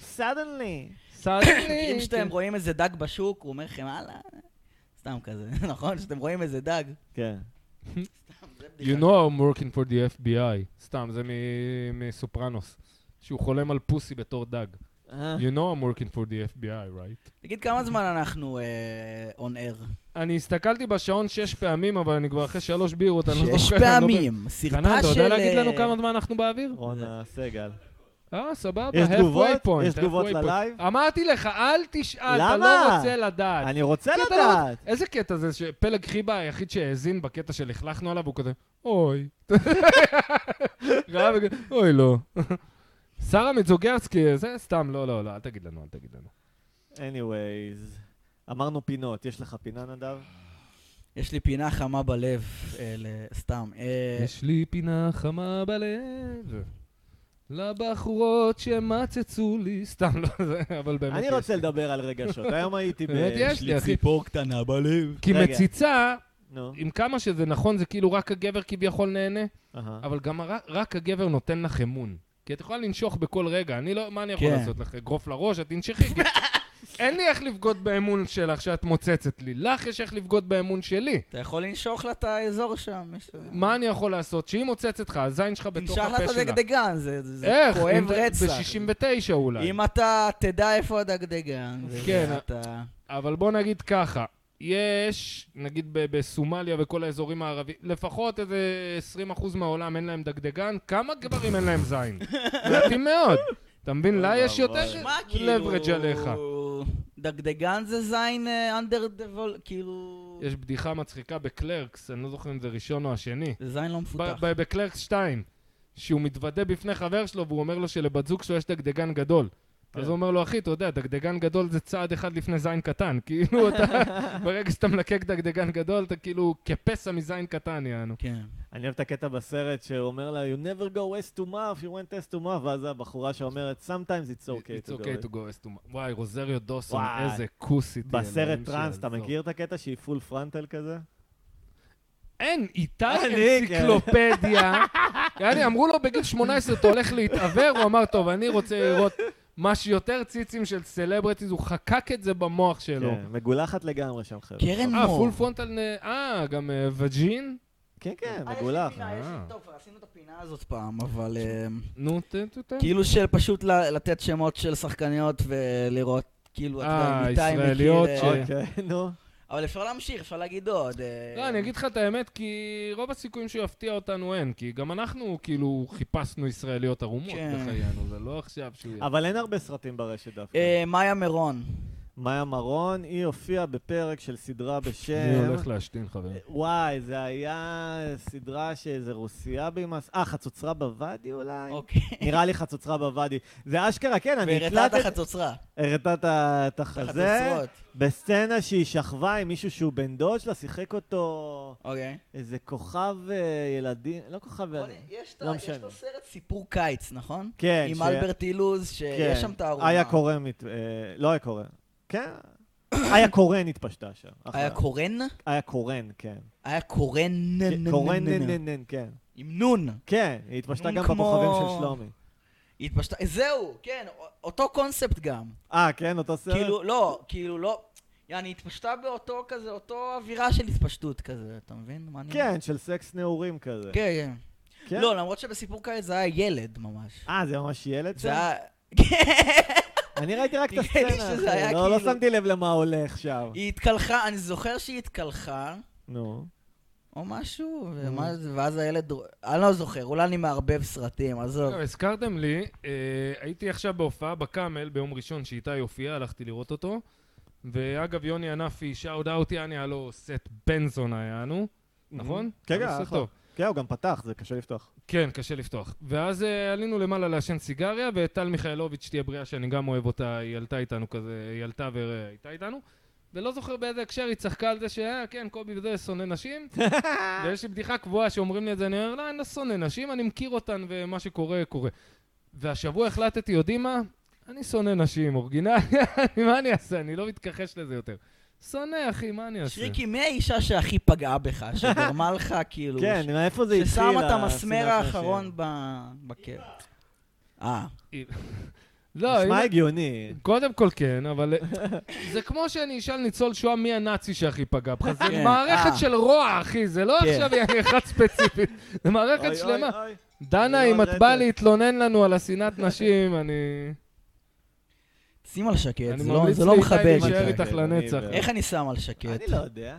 סדנלי. אם שאתם רואים איזה דג בשוק, הוא אומר לכם, הלאה, סתם כזה, (laughs) נכון? שאתם רואים איזה דג. כן. You know I'm working for the FBI. סתם, זה מ- מסופרנוס. שהוא חולם על פוסי בתור דג. אה. You know I'm working for the FBI, right? תגיד כמה זמן אנחנו אה, on air? אני הסתכלתי בשעון שש פעמים, אבל אני כבר אחרי שלוש בירות, אני לא זוכר. שש אני לא ב- פעמים, סרטה של... חנן, אתה יודע להגיד אה, לנו כמה זמן אנחנו באוויר? רונה סגל. אה, סבבה, יש halfway תגובות? point, יש תגובות halfway point. ללייב? אמרתי לך, אל תשאל, אתה למה? לא רוצה לדעת. אני רוצה כי אתה לא לדעת. רוצה- איזה קטע זה שפלג חיבה היחיד שהאזין בקטע שלכלכנו עליו, הוא כזה, (laughs) אוי. ראה וכזה, אוי, לא. שרה מיצוגרסקי, זה סתם, לא, לא, לא, אל תגיד לנו, אל תגיד לנו. anyways, אמרנו פינות, יש לך פינה נדב? יש לי פינה חמה בלב, אה, ל- סתם. אה, יש לי פינה חמה בלב, לבחורות שמצצו לי, סתם, לא, זה, אבל באמת אני יש רוצה לי. לדבר על רגשות. היום הייתי ב... (laughs) באמת יש לי, אחי. ציפור קטנה בלב. כי רגע. מציצה, (laughs) נו. עם כמה שזה נכון, זה כאילו רק הגבר כביכול נהנה, אהה. אבל גם הר- רק הגבר נותן לך אמון. כי את יכולה לנשוך בכל רגע, אני לא, מה אני יכול כן. לעשות לך? אגרוף לראש, את (laughs) תנשכי. כי- אין לי איך לבגוד באמון שלך שאת מוצצת לי, לך יש איך לבגוד באמון שלי. אתה יכול לנשוך לה את האזור שם. יש- מה אני יכול לעשות? שהיא מוצצת לך, הזין שלך בתוך תנשך לה את הפה שלה. הדגדגן, זה זה איך? כואב אם- רצח. ב-69 אולי. אם אתה תדע איפה הדגדגן, כן. אתה... אבל בוא נגיד ככה, יש, נגיד ב- בסומליה וכל האזורים הערביים, לפחות איזה 20% מהעולם אין להם דגדגן, כמה גברים אין להם (laughs) זין? מעטים מאוד. אתה מבין? לה יש יותר מה כאילו... leverage עליך. דגדגן זה זין אה, אנדר דבול, כאילו... יש בדיחה מצחיקה בקלרקס, אני לא זוכר אם זה ראשון או השני. זה זין לא מפותח. ב- ב- בקלרקס 2, שהוא מתוודה בפני חבר שלו והוא אומר לו שלבת זוג שלו יש דגדגן גדול. כן. אז הוא אומר לו, אחי, אתה יודע, דגדגן גדול זה צעד אחד לפני זין קטן. (laughs) כאילו, אתה, (laughs) ברגע שאתה מלקק דגדגן גדול, אתה כאילו כפסע מזין קטן, יענו. כן. אני אוהב את הקטע בסרט שאומר לה, you never go west to mouth, you went west to mouth, ואז הבחורה שאומרת, sometimes it's okay It's to go. okay to west." go as to my- וואי, רוזריו דוסון, וואי. איזה כוס איתי. בסרט אלוהים טראנס, אתה שיעזור. מכיר את הקטע שהיא פול פרנטל כזה? אין, איתי אני, כן. אנציקלופדיה. יעני, אמרו לו בגיל 18 אתה הולך להתעוור, הוא אמר, טוב, אני רוצה לראות מה שיותר ציצים של סלברטיז, הוא חקק את זה במוח שלו. כן, מגולחת לגמרי שם, חבר'ה. קרן אה, מור. פול פרונטל, נ- אה, גם אה, וג'ין? כן, כן, אה, יש לי מגולח. פינה, יש לי- אה. טוב, עשינו את הפינה הזאת פעם, אבל... אה, נו, תן, תן, תן. כאילו של פשוט ל- לתת שמות של שחקניות ולראות, כאילו, אתה יודע, אה, איתי מכיר... ישראליות אה, ש- אוקיי, נו. אבל אפשר להמשיך, אפשר להגיד עוד. אה, לא, אני אגיד לך את האמת, כי רוב הסיכויים שהוא יפתיע אותנו אין, כי גם אנחנו כאילו חיפשנו ישראליות ערומות כן. בחיינו, זה לא עכשיו שהוא... יהיה. אבל אין הרבה סרטים ברשת דווקא. אה, מאיה מירון. מאיה מרון, היא הופיעה בפרק של סדרה אני בשם... הולך להשתין, חברים. וואי, זה היה סדרה שאיזה רוסייה בימס... אה, חצוצרה בוואדי אולי? אוקיי. נראה לי חצוצרה בוואדי. זה אשכרה, כן, אני והראתה את הקלטתי... החצוצרה. הראתה את ה- את החזה, החצוצרות. בסצנה שהיא שכבה עם מישהו שהוא בן דוד שלה, שיחק אותו אוקיי. איזה כוכב אה, ילדים, לא כוכב אבל ילדים. יש את לא ה- יש משנה. לו סרט סיפור קיץ, נכון? כן, עם ש- כן. אלברט אילוז, שיש שם תערומה. איה קורן, מת- אה, לא איה קורן, כן, איה קורן התפשטה שם. אחלה. היה קורן? איה קורן, כן. היה קורן... כן, קורן נן נן נן, כן. עם נון. כן, היא התפשטה נון גם כמו- בכוכבים של שלומי. היא התפשטה... זהו, כן, אותו קונספט גם. אה, כן, אותו סרט? כאילו, לא, כאילו, לא. יעני, התפשטה באותו כזה, אותו אווירה של התפשטות כזה, אתה מבין? מה אני אומר? כן, של סקס נעורים כזה. כן, כן. כן. לא, למרות שבסיפור קיץ זה היה ילד ממש. אה, זה ממש ילד שם? זה היה... (laughs) כן. אני ראיתי רק את נראה לי הסצנה, שזה היה אחי. לא, לא כאילו- שמתי לב למה הולך שם. היא התקלחה, אני זוכר שהיא התקלחה, נו. או משהו, ומה זה- ואז הילד... אני לא זוכר, אולי אני מערבב סרטים, עזוב. טוב, הזכרתם לי, אה, הייתי עכשיו בהופעה בקאמל ביום ראשון שאיתי הופיע, הלכתי לראות אותו. ואגב, יוני ענפי, שאוט אאוט, יעני, היה לו סט בנזון היה, נו, נכון? כן, כן, היה לו סט אחלה. טוב. כן, הוא גם פתח, זה קשה לפתוח. כן, קשה לפתוח. ואז אה, עלינו למעלה לעשן סיגריה, וטל מיכאלוביץ', תהיה בריאה, שאני גם אוהב אותה, היא עלתה איתנו כזה, היא עלתה והייתה איתנו. ולא זוכר באיזה הקשר היא צחקה על זה שהיה, כן, קובי וזה שונא נשים. ויש לי בדיחה קבועה שאומרים לי את זה, אני אומר, לא, אני לא שונא נשים, אני מכיר אותן, ומה שקורה, קורה. והשבוע החלטתי, יודעים מה? אני שונא נשים, אורגינל, (laughs) מה אני אעשה? אני לא מתכחש לזה יותר. שונא, אחי, מה אני אעשה? שריקי, מי האישה שהכי פגעה בך, שגרמה (laughs) לך כאילו... כן, מאיפה זה התחיל? ששמה את השנאת המסמר נשים? האחרון ב- בקר. אה, לא, נשמע הנה- הגיוני. קודם כל כן, אבל זה כמו שאני אשאל ניצול שואה מי הנאצי שהכי פגע בך. זה כן. מערכת אה. של רוע, אחי, זה לא כן. עכשיו יעני אחת ספציפית. זה מערכת אוי, שלמה. אוי, אוי. לא דנה, אוי, אם אוי, את באה רצף. להתלונן לנו על השנאת נשים, אני... שים על שקט, אני זה לא- ממליץ זה לא לאיתי מכבד. להישאר אותה. אותי. איתך לנצח. כן, אני איך אני שם על שקט? אני לא יודע.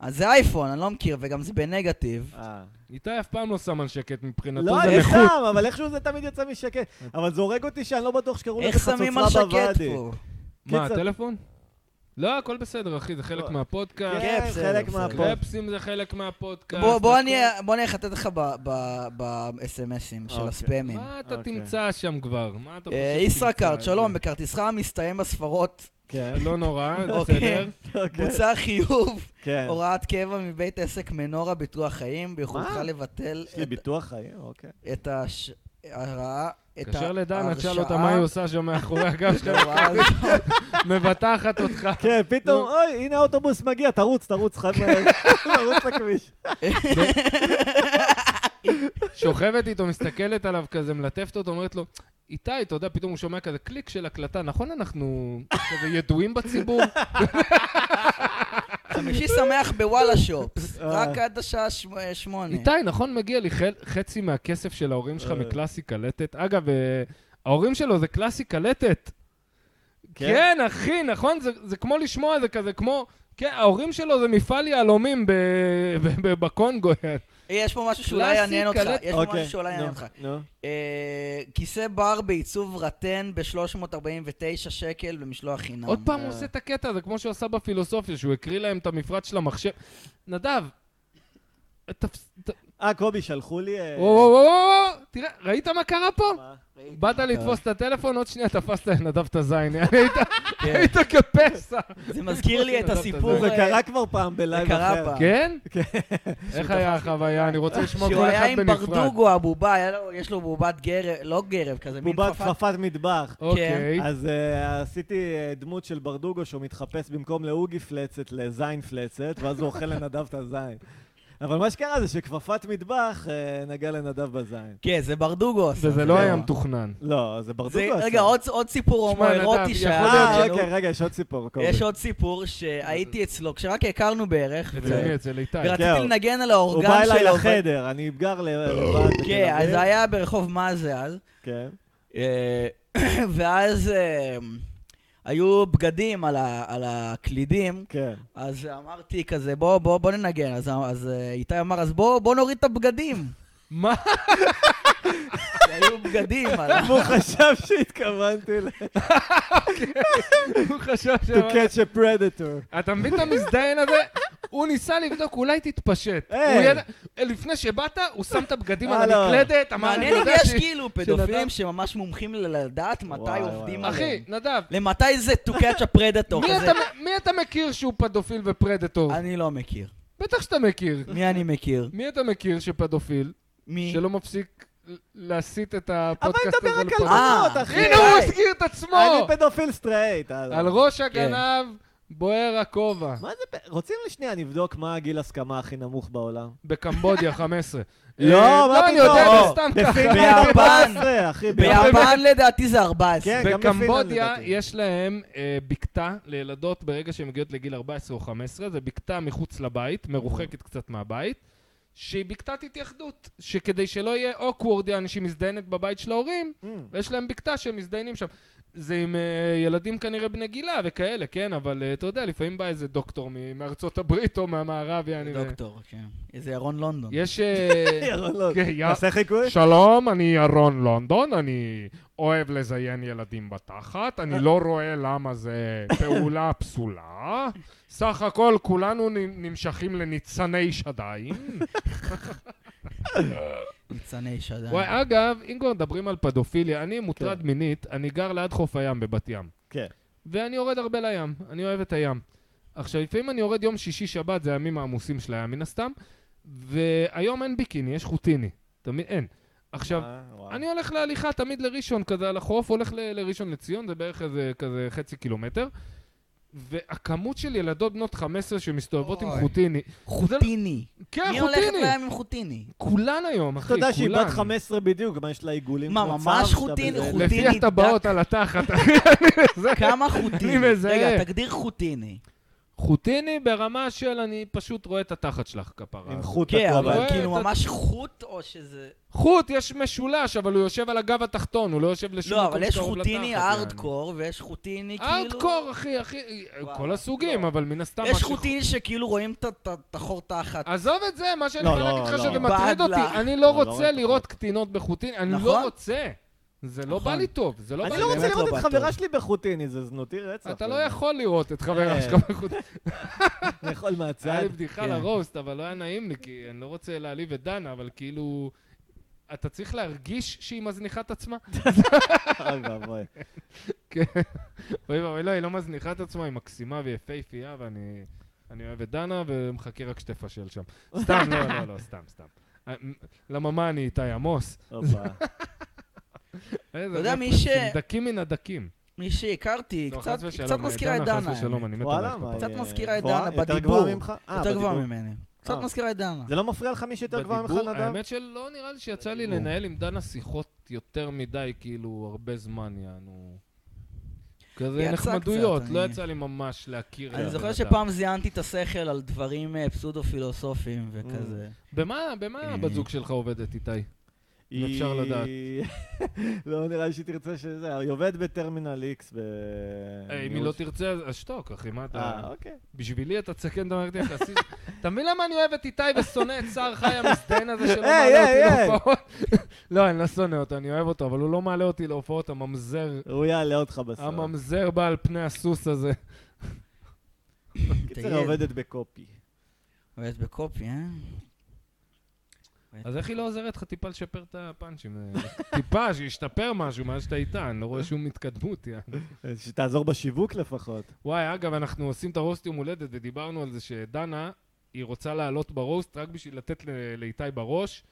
אז זה אייפון, אני לא מכיר, וגם זה בנגטיב. אה. איתי אף פעם לא שם על שקט מבחינתו, לא, זה אני נכות. שם, אבל איכשהו זה תמיד יוצא משקט. אבל זה הורג אותי שאני לא בטוח שקראו לזה איך חצוצרה שמים על שקט בוואדי. פה? מה, קיצר- הטלפון? לא, הכל בסדר, אחי, זה חלק לא. מהפודקאסט. כן, בסדר, חלק בסדר. מהפוסט. קרפסים זה חלק מהפודקאסט. בוא- בוא אני- הכל. בוא אני אחטט לך ב-SMSים של אוקיי. הספאמים. מה אתה אוקיי. תמצא שם כבר? מה אה, אתה חושב? אה, שתמצא? ישראכרט, שלום, בכרטיסך המסתיים בספרות כן, לא נורא, אוקיי. בסדר. (laughs) אוקיי. בוצע חיוב (laughs) כן. הוראת קבע מבית עסק מנורה ביטוח חיים, ביכולתך מה? לבטל יש לי את- ביטוח חיים, אוקיי. את הש- הרעה, את ההרשאה. תתקשר לדנה, תשאל אותה מה היא עושה שם מאחורי הגב (laughs) שלך, ההוראה הזאת. מבטחת אותך. כן, פתאום, נו. אוי, הנה האוטובוס מגיע, תרוץ, תרוץ, חבר'ה, (laughs) תרוץ לכביש. שוכבת איתו, מסתכלת עליו כזה, מלטפת אותו, אומרת לו, איתי, אתה יודע, פתאום הוא שומע כזה קליק של הקלטה, נכון אנחנו כזה ידועים בציבור? חמישי שמח בוואלה שופס, אה. רק עד השעה שמ- אה, שמונה. איתי, נכון מגיע לי חל- חצי מהכסף של ההורים שלך אה. מקלאסי קלטת? אגב, אה, ההורים שלו זה קלאסי קלטת. כן, אחי, נכון? זה- זה כמו לשמוע, זה כזה כמו... כן, ההורים שלו זה מפעל יהלומים ב- ב- ב- בקונגו. אה, יש פה משהו שאולי קלאסי, יעניין אותך, קלט- יש פה אוקיי, משהו שאולי נו, יעניין אותך. נו. אה, כיסא בר בעיצוב רטן ב-349 שקל במשלוח חינם. עוד פעם אה. הוא עושה את הקטע הזה, כמו שהוא עשה בפילוסופיה, שהוא הקריא להם את המפרט של המחשב. נדב, תפס- ת- אה, קובי, שלחו לי... אה, וואו, וואו, וואו, וואו, תראה, ראית מה קרה פה? אה. מה? באת לתפוס את הטלפון, עוד שנייה תפסת לנדב את הזין, אה. היית- היית כפסע. כן. זה מזכיר לי (laughs) את הסיפור... זה אה, קרה כבר פעם בלייב זה קרה אחר. פעם. כן? כן. איך היה החוויה? אני רוצה לשמוע אה. שהוא כל היה אחד עם בנפרד. ברדוגו, הבובה, היה לו- יש לו בובת גרב, לא גרב, כזה מין בובת כפפה. כפפת מטבח. אוקיי. כן. אז אה, עשיתי אה, דמות של ברדוגו שהוא מתחפש במקום לאוגי פלצת לזין פלצת, ואז הוא אוכל לנדב את הזין. אבל מה שקרה זה שכפפת מטבח אה, נגעה לנדב בזין. כן, זה ברדוגו. עשה, וזה לא היה לא. מתוכנן. לא, זה ברדוגו זה- עשה. רגע, עוד- עוד סיפור שמע, הומואירוטי נדב, שהיה. יכול אה, לנו. אוקיי, רגע, יש עוד סיפור, קובי. יש עוד סיפור שהייתי אצלו, כשרק הכרנו בערך, ו- אצל מי? אצל איתי. ורציתי כן. לנגן הוא על בא האורגן אליי שלו. ו- לחדר, אני אתגר לבד. כן, אז זה היה ברחוב מה זה אז. כן. אה, (clears throat) ואז אה, היו בגדים על ה- על הקלידים, כן. אז אמרתי כזה, בוא, בוא, בוא ננגן. אז- אז אה, איתי אמר, אז בוא, בוא נוריד את הבגדים. מה? (laughs) כי היו- בגדים (laughs) עליו. והוא חשב שהתכוונתי ל- הוא חשב ש... to catch a predator. אתה מבין את המזדיין הזה? הוא ניסה לבדוק, אולי תתפשט. היי. הוא ידע- לפני שבאת, הוא שם את הבגדים על הלו. המקלדת, אמר, מעניין אני אם יודע יש ש- כאילו שנדב- פדופילים שממש מומחים ל- לדעת מתי וואי, עובדים וואי, אחי, עליהם. נדב, למתי זה to catch a predator מי כזה? אתה- מי אתה מכיר שהוא פדופיל ופרדטור? אני לא מכיר. בטח שאתה מכיר. מי אני מכיר? מי אתה מכיר שפדופיל, מי? שלא מפסיק ל- להסיט את אבל הפודקאסט נדבר הזה רק על לפודקאסט? בנות, אה, אחי. הנה הוא היי. הזכיר את עצמו! אני פדופיל סטרייט. אז- על ראש כן. הגנב בוער הכובע. מה זה, פ- רוצים לשנייה נבדוק מה הגיל הסכמה הכי נמוך בעולם? בקמבודיה, 15. לא, אה, מה אני יודע, פתאום? לא. זה סתם בפינלנד ככה. ביפן. 14, אחי, ביפן לדעתי זה 14. כן, גם בפינלנד בקמבודיה לדעתי. יש להם אה, בקתה לילדות ברגע שהן מגיעות לגיל 14 או 15, זה בקתה מחוץ לבית, מרוחקת קצת מהבית, שהיא בקתת התייחדות, שכדי שלא יהיה אוקוורד, אנשים מזדיינת בבית של ההורים, Mm. ויש להם בקתה שהם מזדיינים שם. זה עם אה, ילדים כנראה בני גילה וכאלה, כן? אבל אה, אתה יודע, לפעמים בא איזה דוקטור מ- מארצות הברית או מהמערב, יעני. ו- דוקטור, כן. זה ירון לונדון. יש... אה, ירון לונג. כן, יא- נעשה לא. חיקוי? שלום, אני ירון לונדון, אני אוהב לזיין ילדים בתחת, אני לא רואה למה זה פעולה פסולה. סך הכל כולנו נ- נמשכים לניצני שדיים. ניצני שדיים. וואי, אה, אגב, אם כבר מדברים על פדופיליה, אני מוטרד מינית, אני גר ליד חוף הים בבת ים. כן. ואני יורד הרבה לים, אני אוהב את הים. עכשיו, לפעמים אני יורד יום שישי-שבת, זה הימים העמוסים של הים מן הסתם, והיום אין ביקיני, יש חוטיני. תמיד אין. עכשיו, אה, וואו. אני הולך להליכה תמיד לראשון, כזה על החוף, הולך ל- לראשון לציון, זה בערך איזה כזה חצי קילומטר. והכמות של ילדות בנות 15 שמסתובבות עם אוי. חוטיני, חוטיני. כן, מי הולכת חוטיני, לים עם חוטיני? כולן היום, אחי, אתה כולן. יודע שהיא בת 15 בדיוק, מה יש לה עיגולים? מה, כמו ממש צב, חוטין, שאתה בזה- חוטין. לפי חוטיני הטבעות דק. על (laughs) התחת, אחי, אני זה- כמה (laughs) חוטיני? אני מזהה. רגע, תגדיר חוטיני. חוטיני ברמה של אני פשוט רואה את התחת שלך כפרה. עם חוט כן, תקוע אבל בהם. רואה כאילו את ה- ממש חוט או שזה... חוט, יש משולש, אבל הוא יושב על הגב התחתון, הוא לא יושב לשום לא, מקום אבל יש שקרוב חוטיני לתחת, כן. יעני. ארדקור ויש חוטיני כאילו... ארדקור, אחי, אחי, וואלה, כל הסוגים, לא. אבל מן הסתם... מה יש שחו- חוטיני שכאילו רואים את- את- את החור תחת. עזוב את זה, מה שאני לא, יכול לא, להגיד לך לא. שזה אני מטריד בעד לך. אותי. אני לא, לא לא רוצה רק לראות קטינות בחוטיני, אני נכון. לא רוצה. זה לא בא נכון. לי טוב, זה לא בא אני לי לא רוצה באמת לראות לא את בא חברה טוב. שלי בחוטיני, זה זנותי רצח. אתה לא באמת. יכול לראות את חברה אה. שלך בחוטיני. לאכול זה היה מהצד. לי בדיחה כן. לרוסט, אבל לא היה נעים לי, כי אני לא רוצה להעליב את דנה, אבל כאילו... אתה צריך להרגיש שהיא מזניחה את עצמה? אה, אוי ואבוי. אוי ואבוי, לא, היא לא מזניחה את עצמה, היא מקסימה והיא יפהפייה, ואני אני אוהב את דנה, ומחכה רק שתפשל שם. סתם, לא, לא, לא, סתם, סתם. אה, למה מה, אני איתי עמוס? הופה. אתה יודע, מי ש- דקים מן הדקים. מי שהכרתי, לא, קצת חס ושלום, קצת מזכירה את חס דנה. ושלום, אני מת וואלה, עלייך. מה, קצת היא, מזכירה את גבוהה? דנה יותר בדיבור. גבוהה ממך? אה, יותר גבוהה בדיבור. ממני. קצת אה. מזכירה את דנה. זה לא מפריע לך מי שיותר גבוהה ממך, בדיבור, נדב? האמת שלא נראה לי שיצא לי בדיבור. לנהל עם דנה שיחות יותר מדי, כאילו, הרבה זמן, יענו. כזה יצא נחמדויות, קצת, לא אני- יצא לי ממש להכיר את אני הבן זוכר אדם. שפעם זיינתי את השכל על דברים אה, פסודו-פילוסופיים Mm. וכזה. במה, במה אה. הבת זוג שלך עובדת, איתי? היא- אפשר לדעת. (laughs) לא נראה לי שתרצה שזה, היא עובדת בטרמינל איקס ב... אה, אם היא לא תרצה, אז אשתוק, אחי, מה אתה... אה, אוקיי. בשבילי אתה תסכן את המערכת היחסית. אתה מבין למה אני אוהב את איתי ושונא את שר חי המזדיין הזה שלא היי, מעלה היי, אותי היי. להופעות? (laughs) לא, אני לא שונא אותו, אני אוהב אותו, אבל הוא לא מעלה אותי להופעות, הממזר, הוא יעלה אותך בסוף. הממזר בא על פני הסוס הזה. קיצר, תגיד. היא עובדת בקופי. עובדת בקופי, אה? אז איך היא לא עוזרת לך טיפה לשפר את הפאנצ'ים? אה, (laughs) טיפה, שישתפר משהו מאז שאתה איתה, אני לא רואה שום התקדמות. יא. אה, שתעזור בשיווק לפחות. וואי, אגב, אנחנו עושים את הרוסט יום הולדת ודיברנו על זה שדנה, היא רוצה לעלות ברוסט רק בשביל לתת ל- לאיתי בראש.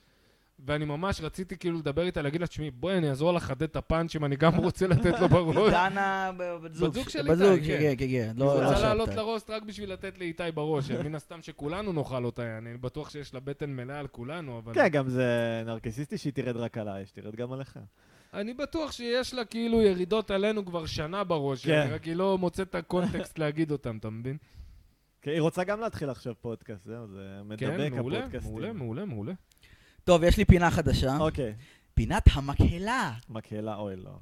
ואני ממש רציתי כאילו לדבר איתה, להגיד לה, תשמעי, בואי, אני אעזור לך לחדד את הפאנצ'ים, אני גם רוצה לתת (laughs) לו בראש. דנה, ב- בת זוג. זוג של בת איתי, זוג, כן. כן, כן, כן. היא לא לא רוצה שבתאי. לעלות לרוסט רק בשביל לתת לאיתי בראש, מן הסתם שכולנו נאכל אותה, אני בטוח שיש לה בטן מלאה על כולנו, אבל... כן, גם זה נרקסיסטי שהיא תרד רק עליי, שתרד גם עליך. אני בטוח שיש לה כאילו ירידות עלינו כבר שנה בראש, כן. אני רק היא לא מוצאת את (laughs) הקונטקסט להגיד אותם, אתה מבין? כן, היא רוצה גם להתחיל עכשיו פודקאסט, זהו, זה מדבק כן, מעולה, הפודקאסטים. מעולה, כן, מעולה, מעולה. טוב, יש לי פינה חדשה. אוקיי. פינת המקהלה. מקהלה, אוי, לא.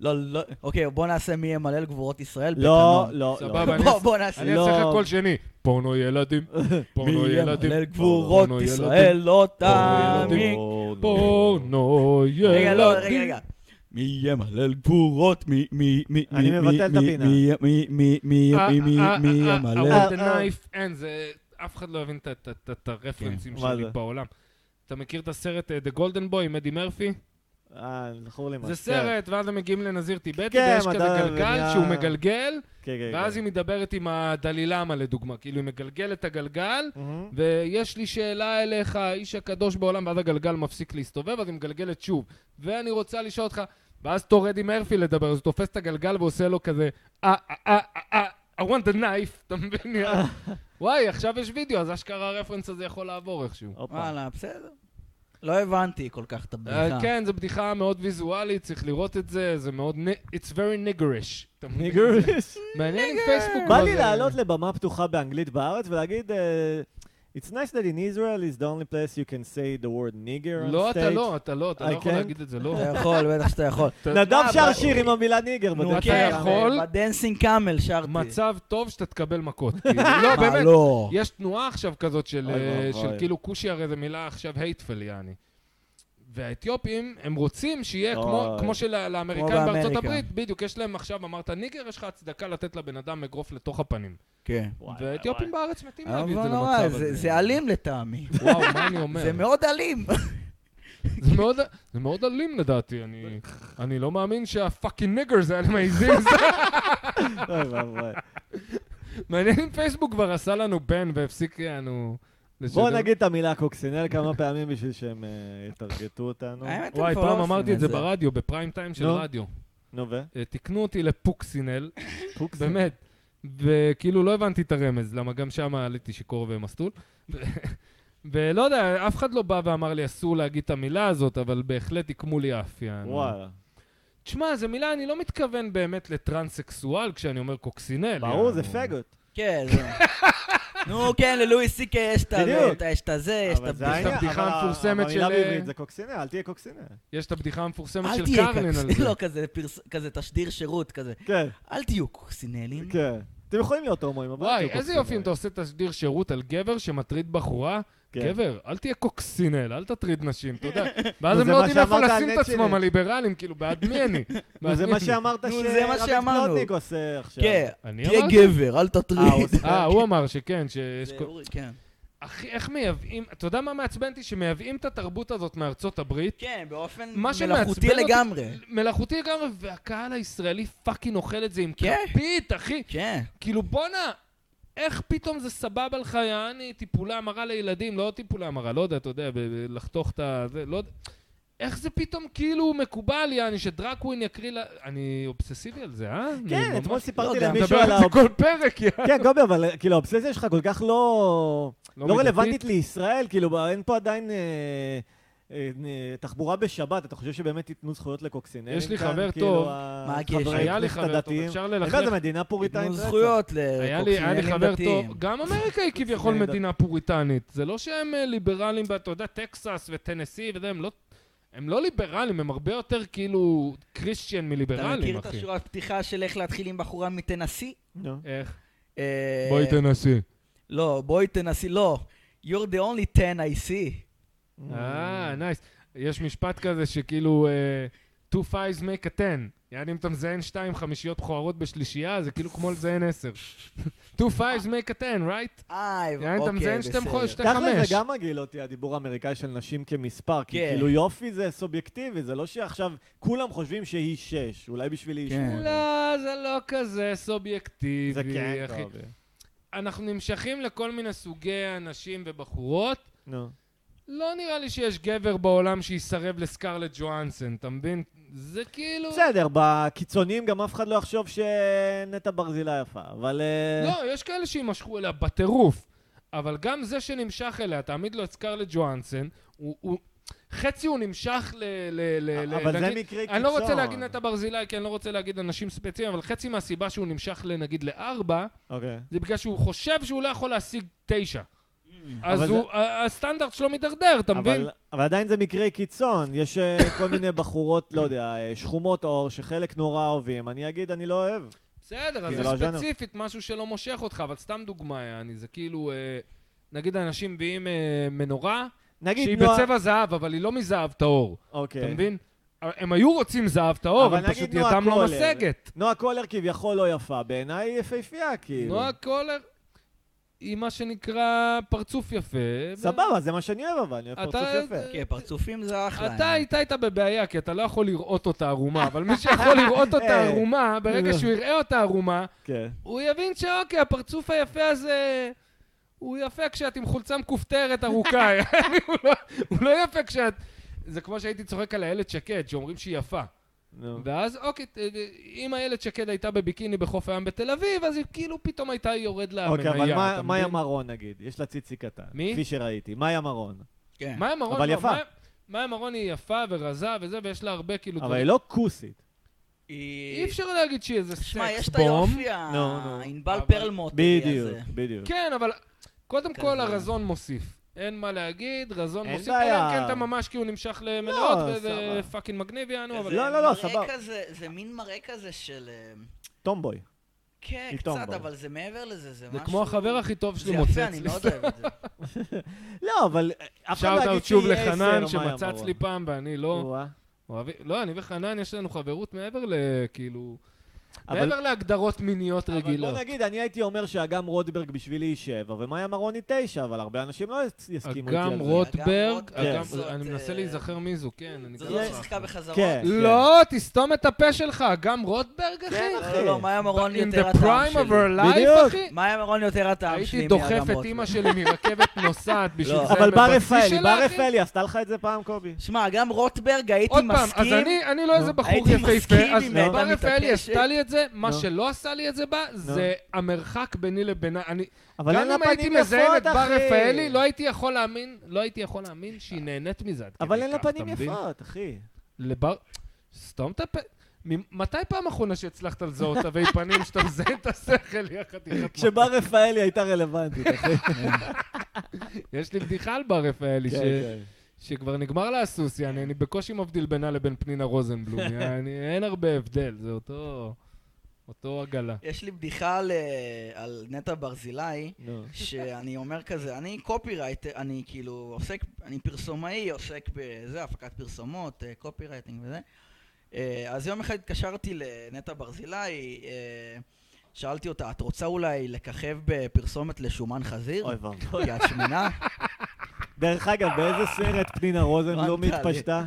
לא, לא, אוקיי, בוא נעשה מי ימלל גבורות ישראל. לא, בתנון. לא, לא. סבבה, אני בוא, בוא נעשה. אני לא. אעשה לך קול שני. (laughs) פורנו ילדים, פורנו מי ילדים, ימלל גבורות פורנו ילדים, ישראל לא פורנו תעמיק. פורנו ילדים. רגע, לא, רגע, רגע. מי ימלל גבורות? מי, מי, מי, אני מי, מבטל מי, את מי, הפינה. מי, מי, מי, מי, מי, מי, מי ימלל? אה, אבל the אה. knife אין, זה... אף אחד לא הבין את- את- את- את הרפרנסים כן. שלי מה זה? בעולם. אתה מכיר את הסרט אה, The Golden Boy עם אדי מרפי? אה, זכור לי מה. זה סרט, ואז הם מגיעים לנזיר טיבטי, כן, ויש כזה מדע גלגל ונהיה- שהוא מגלגל, כן, כן, כן. ואז היא מדברת עם הדלילמה לדוגמה, כאילו היא מגלגלת את הגלגל, מהמם. ויש לי שאלה אליך, האיש הקדוש בעולם, ואז הגלגל מפסיק להסתובב, אז היא מגלגלת שוב. ואני רוצה לשאול אותך, ואז תור אדי מרפי לדבר, אז הוא תופס את הגלגל ועושה לו כזה, אה, אה, אה, אה, אה, I want the knife, (laughs) אתה מבין? יא? וואי, עכשיו יש וידאו, אז אשכרה הרפרנס הזה יכול לעבור איכשהו. הופה. וואלה, בסדר. לא הבנתי כל כך את אה, הבדיחה. כן, זו בדיחה מאוד ויזואלית, צריך לראות את זה, זה מאוד... נ- It's very niggerish. אתה מבין? (laughs) ניגרס. מעניין אם פייסבוק... בא כבר- לי לעלות לבמה פתוחה באנגלית בארץ ולהגיד... אה, It's nice that in Israel is the only place you can say the word nigger on לא, אתה stage." לא, אתה לא, אתה לא I יכול can? להגיד את זה, לא. אתה יכול, בטח שאתה (laughs) יכול. אתה- נדב מה, שר אבל- שיר עם המילה ניגר. נו, בדרך אה, אתה כן, כלל. יכול? בדנסינג קאמל שרתי. מצב טוב שאתה תקבל מכות. כאילו. לא, מה, באמת. לא. יש תנועה עכשיו כזאת של אוי אה, ואבוי. של כאילו כושי הרי זו מילה עכשיו הייטפל יעני. והאתיופים, הם רוצים שיהיה כמו- אוי. כמו כמו שלאמריקאים בארצות באמריקה. הברית, בדיוק, יש להם עכשיו, אמרת ניגר, יש לך הצדקה לתת לבן אדם אגרוף לתוך הפנים. כן. וואי, וואי, והאתיופים בארץ מתים אבל להגיד את זה נורא, למצב זה- הזה. זה אלים לטעמי. וואו, מה אני אומר? (laughs) זה מאוד אלים. זה מאוד- זה מאוד אלים לדעתי, אני- אני לא מאמין שהפאקינג ניגרס האלה מעיזים. זה- וואי. אוי ואבוי. מעניין אם פייסבוק כבר עשה לנו בן והפסיק לנו... לשדר. בוא נגיד את המילה קוקסינל כמה פעמים בשביל שהם אה, יטרגטו אותנו. האמת, הם וואי, כבר לא פעם עושים אמרתי את זה ברדיו, בפריים טיים של נו. רדיו. נו ו? אה, תיקנו אותי לפוקסינל, קוקסינל. באמת. וכאילו לא הבנתי את הרמז, למה גם שם עליתי שיכור ומסטול. ו- (laughs) ולא יודע, אף אחד לא בא ואמר לי אסור להגיד את המילה הזאת, אבל בהחלט עיקמו לי אף, יענו. וואלה. תשמע, זו מילה, אני לא מתכוון באמת לטרנסקסואל כשאני אומר קוקסינל. ברור, זה יענו. פגות. כן, זה... (laughs) נו, כן, ללואי סי קיי יש את ה- בדיוק. את ה- יש את הזה, אה, יש את אבל זה הבדיחה. העניין, הבדיחה אבל המפורסמת המילה של- אה, בעברית זה קוקסינל, אל תהיה קוקסינל. יש את הבדיחה המפורסמת אל של תהיה קרלין על קוקסינל, זה. לא, כזה פרס- כזה תשדיר שירות כזה. כן, אל תהיו קוקסינלים. כן. אתם יכולים להיות הומואים, אבל... אל וואי, תהיו איזה קוקסינלים. יופי אם אתה עושה תשדיר שירות על גבר שמטריד בחורה. כן. גבר, אל תהיה קוקסינל, אל תטריד נשים, (laughs) אתה יודע. ואז הם זה לא מה יודעים איפה שאמרת על לשים את נט עצמם, שלי. הליברלים, כאילו, בעד מי (laughs) אני? נו, בעד זה מי מה אני? שאמרת נו, זה מה שאמרנו. פלוטניק עושה עכשיו. כן, אני תהיה אמרתי? גבר, אל אה, הוא תטריד. עושה- (laughs) אה, הוא אמר שכן, שיש... זה כל- אורי, כן. אחי, איך מייבאים... אתה יודע מה מעצבן אותי? שמייבאים את התרבות הזאת מארצות הברית. כן, באופן מה שמעצבן מלאכותי אותי- לגמרי. מלאכותי לגמרי, והקהל הישראלי פאקינג אוכל את זה עם כן. כפית, אחי. כן. כאילו, בואנה, איך פתאום זה סבבה לך, יעני, טיפולי המרה לילדים, לא טיפולי המרה, לא יודע, אתה יודע, ב- ב- לחתוך את ה... זה, לא יודע. איך זה פתאום כאילו מקובל, יעני, שדרקווין יקריא ל... אני אובססיבי על זה, אה? אני כן, ממש- אתמול לא סיפרתי יודע, למישהו מדבר על על זה האוב... כל פרק, יעני. כן, גובי, אבל כאילו האובססיה שלך כל כך לא... לא מידתית. רלוונטית לישראל, כאילו ב- אין פה עדיין אה, אה, אה, תחבורה בשבת, אתה חושב שבאמת ייתנו זכויות לקוקסינלים? יש לי כאן? חבר כאילו, טוב. ה- הקשר? חברי היה לי הכנסת חבר טוב, הדתיים. אפשר אני לא יודע, ללכלך. זו מדינה פוריטאית. תנו רצח. זכויות היה לי, היה לי לקוקסינלים חבר טוב, דתיים. גם אמריקה היא כביכול קוקסינלים מדינה פוריטנית. זה לא שהם אה, ליברלים, ואתה יודע, טקסס וטנסי וזה, הם לא... הם לא ליברלים, הם הרבה יותר כאילו קריסטיאן אתה מכיר מליברלים, את אחי. השורת פתיחה של איך להתחיל עם בחורה מטנסי? נו. איך? אה, בואי תנסי. לא, בואי תנסי, לא. You're the only 10 I see. אה, נייס. יש משפט כזה שכאילו, אה, two fives make a ten. יעני אם אתה מזיין שתיים חמישיות בכוערות בשלישייה, זה כאילו כמו לזיין (laughs) עשר. two fives make a ten, right? אה, יעני אתה אוקיי, מזיין שתי מכוערות, בסדר. שתי ככה זה חמש. גם מגעיל אותי, הדיבור האמריקאי של נשים כמספר, כי כן. כאילו יופי זה סובייקטיבי, זה לא שעכשיו כולם חושבים שהיא שש, אולי בשבילי היא כן. שמונה. לא, זה לא כזה סובייקטיבי, זה כן, אחי. גובי. אנחנו נמשכים לכל מיני סוגי אנשים ובחורות. נו. לא נראה לי שיש גבר בעולם שיסרב לסקרלט ג'ואנסן, אתה מבין? זה כאילו... בסדר, בקיצוניים גם אף אחד לא יחשוב שנטע ברזילה יפה, אבל... אה, לא, יש כאלה שיימשכו אליה בטירוף. אבל גם זה שנמשך אליה, תעמיד לו את סקרלט ג'ואנסן, הוא... הוא- חצי הוא נמשך ל... ל- ל- ל- אבל זה נגיד- מקרה אה, אני לא רוצה קיצון. להגיד נטע ברזילי, כי אני לא רוצה להגיד אנשים ספציפיים, אבל חצי מהסיבה שהוא נמשך לנגיד לארבע, אוקיי. זה בגלל שהוא חושב שהוא לא יכול להשיג תשע. אבל אז זה- הוא- ה- הסטנדרט שלו מידרדר, אתה מבין? אבל, אבל עדיין זה מקרי קיצון. יש אה, כל מיני בחורות, לא יודע, אה, שחומות עור, שחלק נורא אוהבים. אני אגיד, אני לא אוהב. בסדר, אז כי זה לא זה הז'אנר. ספציפית משהו שלא מושך אותך, אבל סתם דוגמה, יעני, זה כאילו, אה, נגיד אנשים מביאים אה, מנורה, שהיא נגיד נועה... בצבע זהב, אבל היא לא מזהב טהור, אתה אוקיי. מבין? הם היו רוצים זהב טהור, אבל הם נגיד פשוט נועה ידם לא קולר. משגת. נועה קולר כביכול לא יפה, בעיניי היא יפהפייה, כאילו. נועה קולר היא מה שנקרא פרצוף יפה. ו- סבבה, זה מה שאני אוהב, אבל אני אוהב אתה- פרצוף יפה. כן, פרצופים זה אחלה. אה. אתה היית איתה בבעיה, כי אתה לא יכול לראות אותה ערומה, אבל מי שיכול (laughs) לראות אותה אה, ערומה, ברגע לא. שהוא יראה אותה ערומה, כן. הוא יבין שאוקיי, הפרצוף היפה הזה... הוא יפה כשאת עם חולצה (laughs) מכופתרת ארוכה, הוא לא- הוא לא יפה כשאת... זה כמו שהייתי צוחק על איילת שקד, שאומרים שהיא יפה. נו. ואז אוקיי, ת- אם איילת שקד הייתה בביקיני בחוף הים בתל אביב, אז היא כאילו פתאום הייתה יורד לה אוקיי, המניה, אבל מה- אתה מאיה מבין? מרון, נגיד? יש לה ציצי קטן. מי? כפי שראיתי. מאיה מרון. כן. מאיה מרון... אבל לא, יפה. מאיה- מאיה מרון היא יפה ורזה וזה, ויש לה הרבה כאילו... אבל דברים. היא לא כוסית. אי אפשר להגיד שהיא איזה סקס שמע, בום. יש את היופי, נו, נו. הענבל אבל- פרלמוטר בדיוק, בדיוק. כן, אבל קודם כזה. כל הרזון מוסיף. אין מה להגיד, רזון אין מוסיף. בעיה. אלא אם כן אתה ממש כאילו נמשך למלאות, לא, וזה סבבה. פאקינג מגניב יענו, אבל... לא, לא, לא, סבבה. זה מין מראה כזה של... אה, טומבוי. כן, פתאום קצת, בא. אבל זה מעבר לזה, זה זה משהו... כמו החבר הכי טוב זה שלי מוצץ יפה, אני לי. מאוד אוהב את זה. לא, אבל אה, אף אחד לא שאוט יגיד אאוט שוב שהיא עשר, לחנן מאיה שמצץ מרון. לי פעם ואני לא... וואה. אוהבים- לא, אני וחנן יש לנו חברות מעבר לכאילו... אבל- מעבר להגדרות מיניות אבל רגילות. בוא נגיד, אני הייתי אומר שאגם רוטברג בשבילי היא שבע, ומאיה מרון היא תשע, אבל הרבה אנשים לא יס- יסכימו איתי על זה. אגם רוטברג, אגם אגם- רוטברג, אני זאת, מנסה אה, להיזכר מי זו, כן, (laughs) אני זו גם לא לא שיחקה בחזרות. כן. לא, תסתום את הפה שלך, גם רוטברג, אחי? כן, לא, לא, לא, מאיה מרון In the יותר הטעם prime of שלי. her life, בדיוק. אחי? מאיה מרון יותר הטעם שלי. הייתי מאדם דוחף את רוטברג. אימא שלי (laughs) מרכבת נוסעת בשביל לא. זה. אבל בר בבסיס רפאלי, שלה, בר אחי. רפאלי, עשתה לך את זה פעם, קובי? שמע, גם רוטברג הייתי עוד פעם, אז מסכים. אני- אני לא איזה בחור הייתי מסכים יפהפה, אז אם הייתה בר רפאלי מתעקשת. עשתה לי את זה, מה נו. שלא עשה לי את זה בה, זה המרחק ביני לבינה. אני- לא. אבל אין גם לה אם הייתי פנים מזיין יפות, את בר אחי. רפאלי, לא הייתי יכול להאמין, לא הייתי יכול להאמין שהיא נהנית מזה. עד אבל כדי אין לה כך, פנים אתה מבין? יפות, אחי. לבר... סתום את הפה. ממ- מתי פעם אחרונה שהצלחת לזהות תווי פנים שאתה מזיין את השכל יחד (laughs) עם כשבר רפאלי הייתה רלוונטית, (laughs) אחי. יש לי בדיחה על בר רפאלי, ש- כן, כן. שכבר נגמר לה הסוס, יעני, אני בקושי מבדיל בינה לבין פנינה רוזנבלום, יעני, אין הרבה הבדל, זה אותו... אותו עגלה. יש לי בדיחה על, אה, על נטע ברזילי, נו. שאני אומר כזה, אני קופירייטר, אני כאילו עוסק, אני פרסומאי, עוסק בזה, הפקת פרסומות, אה, קופירייטינג וזה. אה, אז יום אחד התקשרתי לנטע ברזילי, אה, שאלתי אותה, את רוצה אולי לככב בפרסומת לשומן חזיר? אוי ואבוי. כי את שמנה? דרך אגב, באיזה סרט פנינה לא רוזנבלום הבנת לי. התפשטה?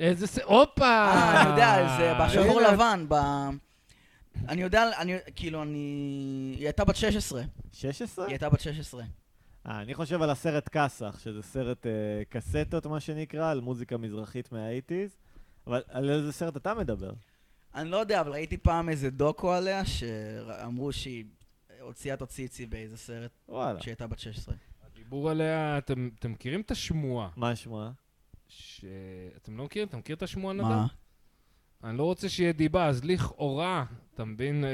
איזה ס... הופה! אה, אני יודע, זה בשחור הנה, לבן, ב... אני יודע, אני, כאילו, אני... היא הייתה בת 16. היא 16? הייתה בת 16. אה, אני חושב על הסרט כסח, שזה סרט אה, קסטות, מה שנקרא, על מוזיקה מזרחית מהאייטיז. אבל על איזה סרט אתה מדבר? אני לא יודע, אבל ראיתי פעם איזה דוקו עליה, שאמרו שהיא הוציאה את הציצי באיזה סרט וואלה. כשהייתה בת 16. הדיבור עליה, אתם אתם מכירים את השמועה? מה שמה? ש... אתם לא מכירים? אתה מכיר את השמועה, נדב? אני לא רוצה שיהיה דיבה, אז לכאורה, אתה מבין, אה,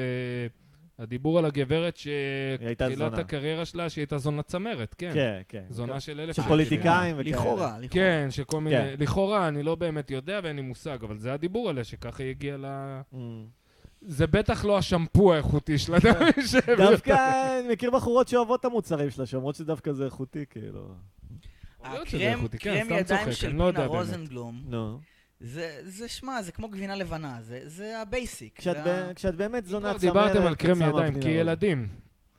הדיבור על הגברת היא הייתה שתחילת זונה. הקריירה שלה, שהיא הייתה זונה צמרת, כן. כן, כן. זונה של אלף... (laughs) שפוליטיקאים וכאלה. לכאורה, לכאורה. כן, שכל מיני... כן. לכאורה, אני לא באמת יודע ואין לי מושג, אבל זה הדיבור עליה, שככה היא הגיעה ל... (laughs) Mm. זה בטח לא השמפו (laughs) האיכותי שלה, אתה מבין? ש- דווקא אני מכיר בחורות שאוהבות את המוצרים שלה, שאומרות שדווקא זה איכותי, כאילו. להיות שזה הקרם איכותי, כן, קרם סתם ידיים צוחק, של אני לא יודע פינה באמת. רוזנבלום, נו. זה, זה, שמע, זה כמו גבינה לבנה, זה- זה הבייסיק. כשאת זה ה- ב- כשאת באמת זונה כבר צמרת... לא, דיברתם על את קרם שמה ידיים, פנינה כילדים.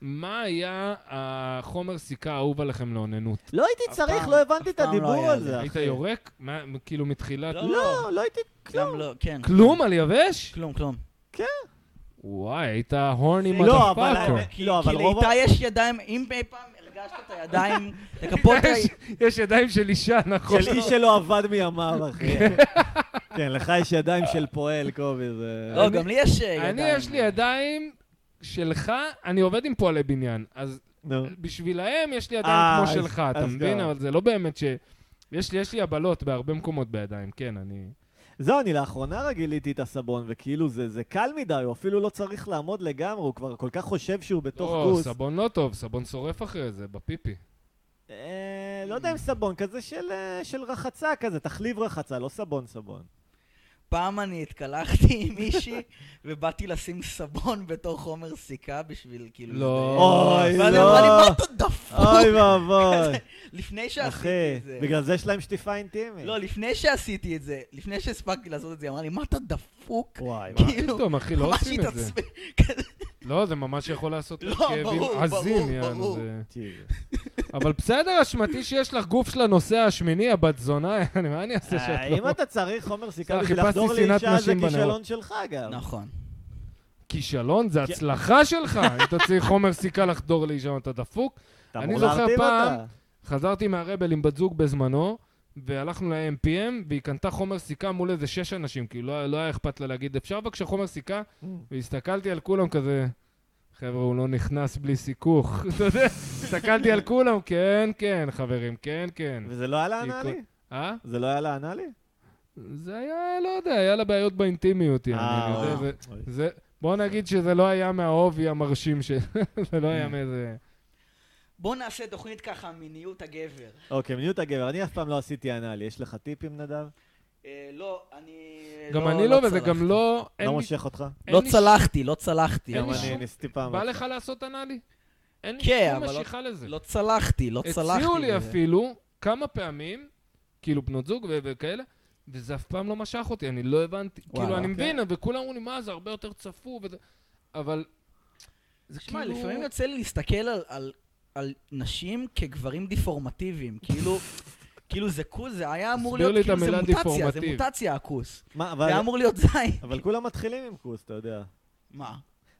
מה היה החומר סיכה האהוב עליכם לאוננות? רוזנבלום. לא הייתי אף צריך, פעם- לא הבנתי אף את פעם לא הדיבור היה על לי. זה, אחי. היית יורק? מה, כאילו מתחילת... לא. לא, לא הייתי גם כלום. לא, כן. כלום על יבש? כלום, כלום. וואי, היית הורני לא, אבל מטאפאקר. האמת- לא, אבל כי רוב... לאיתי יש ידיים, אם אי פעם הרגשת את (laughs) הידיים, לכפות ה... יש ידיים של אישה, נכון? של איש שלא עבד מימיו, אחי. כן, לך יש ידיים של פועל, קובי, זה... לא, גם לי יש אה, ידיים. אני יש לי ידיים שלך, אני עובד עם פועלי בניין, אז נו. בשבילהם יש לי ידיים אה, כמו אז- שלך, אתה אז גם. מבין? אבל זה לא באמת ש... יש לי, יש לי הבלות בהרבה מקומות בידיים, כן, אני... זהו, אני לאחרונה רק גיליתי את הסבון, וכאילו זה, זה קל מדי, הוא אפילו לא צריך לעמוד לגמרי, הוא כבר כל כך חושב שהוא בתוך לא, כוס. סבון לא טוב, סבון שורף אחרי זה, בפיפי. אה, לא יודע אם סבון כזה של, אה, של רחצה כזה, תחליב רחצה, לא סבון סבון. פעם אני התקלחתי עם מישהי, ובאתי לשים סבון בתור חומר סיכה בשביל כאילו... לא. אוי, להזדהות. ואז היא אמרה לי, לא. מה אתה אוי דפוק? ואבוי. לפני שעשיתי אחי, את זה. בגלל זה יש להם שטיפה אינטימית. לא, לפני שעשיתי את זה, לפני שהספקתי לעשות את זה, היא אמרה לי, מה אתה דפוק? וואי, וואי. מה (laughs) כאילו, פתאום, אחי, לא ממש עושים את זה. התעצבן. כזה. לא, זה ממש יכול לעשות לא, לך ברור, כאבים ברור, עזים, יענו. ברור. זה- תראי. אבל בסדר, אשמתי שיש לך גוף של הנוסע השמיני, הבת זונה, (laughs) יעני, מה אני אעשה אה, שאת לא... אם אתה צריך חומר סיכה סליחה, בשביל חיפשתי לחדור שנאת לאישה, זה נשים בנרות. כישלון שלך גם. נכון. כישלון זה כי- הצלחה שלך. אם אתה צריך חומר סיכה לחדור לאישה, אתה דפוק. אתה אני אמור זוכר להרטיב פעם- אותה. חזרתי מהרבל עם בת זוג בזמנו, והלכנו ל-MPM, והיא קנתה חומר סיכה מול איזה שש אנשים, כי לא, לא היה אכפת לה להגיד, אפשר בבקשה חומר סיכה? Mm. והסתכלתי על כולם כזה, חבר'ה, הוא לא נכנס בלי סיכוך. (laughs) אתה יודע, הסתכלתי על כולם, כן, כן, חברים, כן, כן. וזה לא היה לה היא אנאלי? אה? זה לא היה לה אנאלי? זה היה, לא יודע, היה לה בעיות באינטימיות, יעני, אה, אני יודע, אוי. זה- זה... בוא נגיד שזה לא היה מהעובי המרשים של... (laughs) זה לא אה. היה מאיזה... בואו נעשה תוכנית ככה, מיניות הגבר. אוקיי, מיניות הגבר. אני אף פעם לא עשיתי אנאלי. יש לך טיפים, נדב? אה, לא, אני... גם אני לא, וזה צלחתי. גם לא... אין לא לי- מושך אותך? אין לא לי צלחתי, לא צלחתי. אין לי גם אבל- שום- אני ניסיתי פעם. בא אחת. לך לעשות אנאלי? אין לי כן, שום אבל לא- משיכה לזה. לא צלחתי, לא צלחתי. הציעו לי וזה- אפילו כמה פעמים, כאילו בנות זוג ו- וכאלה, וזה אף פעם לא משך אותי, אני לא הבנתי. וואלה, כאילו, אני כן. מבין, וכולם אמרו לי, מה, זה הרבה יותר צפוף וזה... אבל... זה שמע, כאילו... לפעמים יוצא לי להסתכל על, על, על נשים כגברים דיפורמטיביים, כאילו, כאילו זה כוס, זה היה אמור תסביר להיות, לי את כאילו זה המילה מוטציה, זה דיפורמטיב. מוטציה הכוס. מה, זה אבל- היה אמור להיות זין. אבל כולם מתחילים עם כוס, אתה יודע. מה?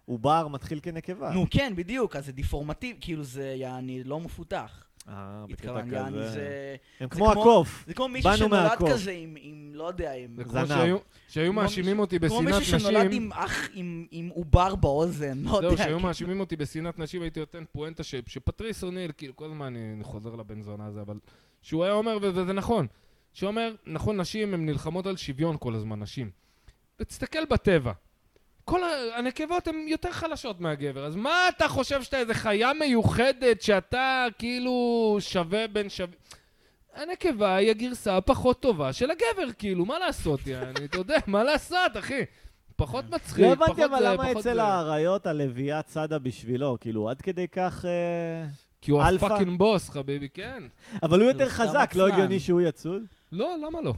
עובר מתחיל כנקבה. נו כן, בדיוק, אז זה דיפורמטיבי, כאילו זה יעני לא מפותח. אה, בקטע התכוון, יעני כזה. זה... הם זה כמו כמו- הקוף. זה כמו מישהו באנו שנולד מהקוף. כזה עם, עם, לא יודע, עם... זה זנב. כמו שהיו- שהיו כמו מאשימים מישהו- אותי כמו בשנאת מישהו שנולד נשים. עם אח, עם עם עובר באוזן, לא יודע. זהו, שהיו כאילו. מאשימים אותי בשנאת נשים, הייתי נותן פואנטה ש- שפטריס אוניל, כאילו, כל הזמן אני חוזר לבן זונה הזה, אבל... שהוא היה אומר, ו- וזה נכון, שהוא אומר, נכון, נשים, הן נלחמות על שוויון כל הזמן, נשים. ותסתכל בטבע. כל ה- הנקבות הן יותר חלשות מהגבר, אז מה אתה חושב שאתה איזה חיה מיוחדת שאתה כאילו שווה בין שווה... הנקבה היא הגרסה הפחות טובה של הגבר, כאילו, מה לעשות, יעני, אתה יודע, מה לעשות, אחי? פחות מצחיק, לא פחות זה, פחות הבנתי זה. אבל למה אצל האריות הלוויה צדה בשבילו, כאילו עד כדי כך... אה, כי הוא אלפא. הפאקינג בוס, חביבי, כן. אבל הוא זה יותר סתם חזק, לא עצלן. הגיוני שהוא יצוד? לא, למה לא?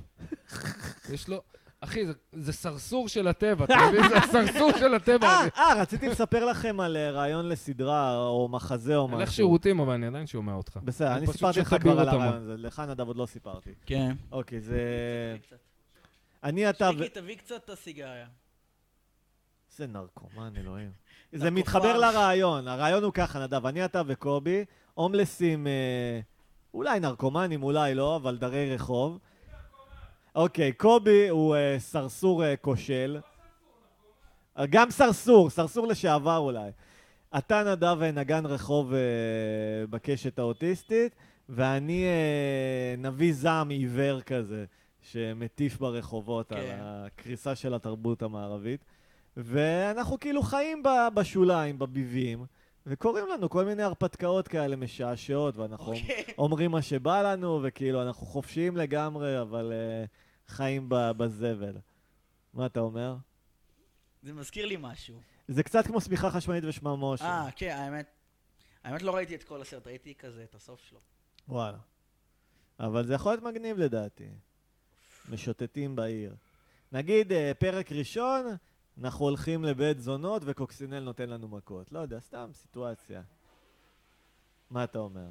(laughs) יש לו... אחי, זה, זה סרסור של הטבע, אתה מבין? זה הסרסור של הטבע. אה, אני- אה, רציתי לספר לכם על אה, רעיון לסדרה או מחזה או אני הולך משהו. שירותים, אבל אני עדיין שומע אותך. בסדר, אני פשוט סיפרתי לך שתביר כבר על אותם. הרעיון הזה, לך נדב עוד לא סיפרתי. כן. אוקיי, זה... אני, אתה ו... שיקי, תביא קצת את הסיגריה. זה נרקומן, אלוהים. זה נרקופן. מתחבר לרעיון. הרעיון הוא ככה, נדב, אני, אתה וקובי, הומלסים, אה, אולי נרקומנים, אולי לא, אבל דרי רחוב. אוקיי, קובי הוא אה, סרסור אה, כושל. אה, גם סרסור, סרסור לשעבר אולי. אתה, נדב, אה, נגן רחוב אה, בקשת האוטיסטית, ואני אה, נביא זעם עיוור כזה, שמטיף ברחובות על כן. הקריסה של התרבות המערבית. ואנחנו כאילו חיים ב- בשוליים, בביבים, וקורים לנו כל מיני הרפתקאות כאלה משעשעות, ואנחנו אוקיי. (laughs) אומרים מה שבא לנו, וכאילו אנחנו חופשיים לגמרי, אבל uh, חיים ב- בזבל. מה אתה אומר? זה מזכיר לי משהו. זה קצת כמו שמיכה חשמלית ושממושת. אה, כן, האמת. האמת לא ראיתי את כל הסרט, ראיתי כזה את הסוף שלו. וואלה. אבל זה יכול להיות מגניב לדעתי. משוטטים בעיר. נגיד, אה, פרק ראשון, אנחנו הולכים לבית זונות וקוקסינל נותן לנו מכות. לא יודע, סתם סיטואציה. מה אתה אומר?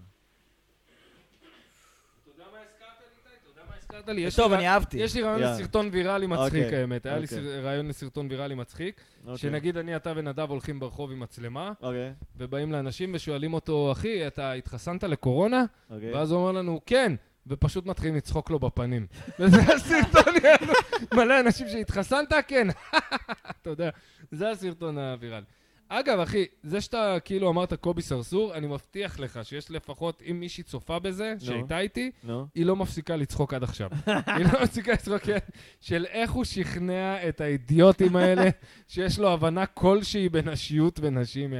הזכרת לי, יש טוב, לי אני רע- אהבתי. יש לי רעיון יאללה. לסרטון ויראלי מצחיק, אוקיי, האמת. היה לי אוקיי. סר- רעיון לסרטון ויראלי מצחיק, אוקיי. שנגיד אני, אתה ונדב הולכים ברחוב עם מצלמה, אוקיי, ובאים לאנשים ושואלים אותו, אחי, אתה התחסנת לקורונה? אוקיי. ואז הוא אומר לנו, כן, ופשוט מתחילים לצחוק לו בפנים. וזה הסרטון, יענו, מלא אנשים שהתחסנת, כן, (laughs) אתה יודע, זה הסרטון הוויראלי. אגב, אחי, זה שאתה כאילו אמרת קובי סרסור, אני מבטיח לך שיש לפחות, אם מישהי צופה בזה, שהייתה איתי, נו. היא לא מפסיקה לצחוק עד עכשיו. היא לא מפסיקה לצחוק כן, של איך הוא שכנע את האידיוטים האלה שיש לו הבנה כלשהי בין השיעות ונשים.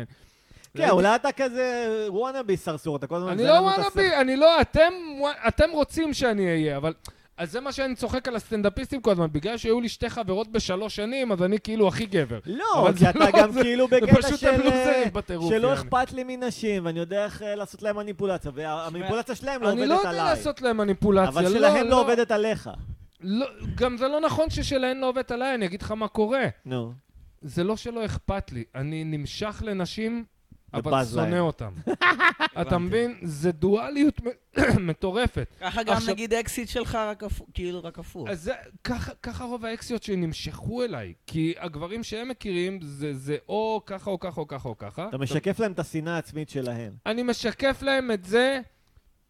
כן, אולי אתה כזה וואנאבי סרסור, אתה כל הזמן... אני מזיין לא לנו את השכל. וואנאבי, אני לא, אתם, אתם רוצים שאני אהיה, אבל... אז זה מה שאני צוחק על הסטנדאפיסטים כל הזמן, בגלל שהיו לי שתי חברות בשלוש שנים, אז אני כאילו הכי גבר. לא, אבל כי זה אתה לא- גם זה- כאילו זה בקטע פשוט של... הבלוזרים בטירוף, שלא יעני. אכפת לי מנשים, ואני יודע איך אה, לעשות להם מניפולציה, והמניפולציה שלהם לא אני לא עובדת יודע עליי. לעשות להם מניפולציה, אבל לא, שלהם לא. לא עובדת עליך. לא, גם זה לא נכון ששלהן לא עובדת עליי, אני אגיד לך מה קורה. נו. זה לא שלא אכפת לי, אני נמשך לנשים, אבל ובז שונא להם. (laughs) אותן. אתה מבין? זה דואליות מ- (coughs) מטורפת. ככה גם עכשיו- נגיד אקסיט שלך, רק הפוך, כאילו רק הפוך. אז זה, ככה, ככה רוב האקסיות שנמשכו אליי, כי הגברים שהם מכירים זה, זה או ככה או ככה או ככה או ככה. אתה משקף להם את השנאה העצמית שלהם. אני משקף להם את זה,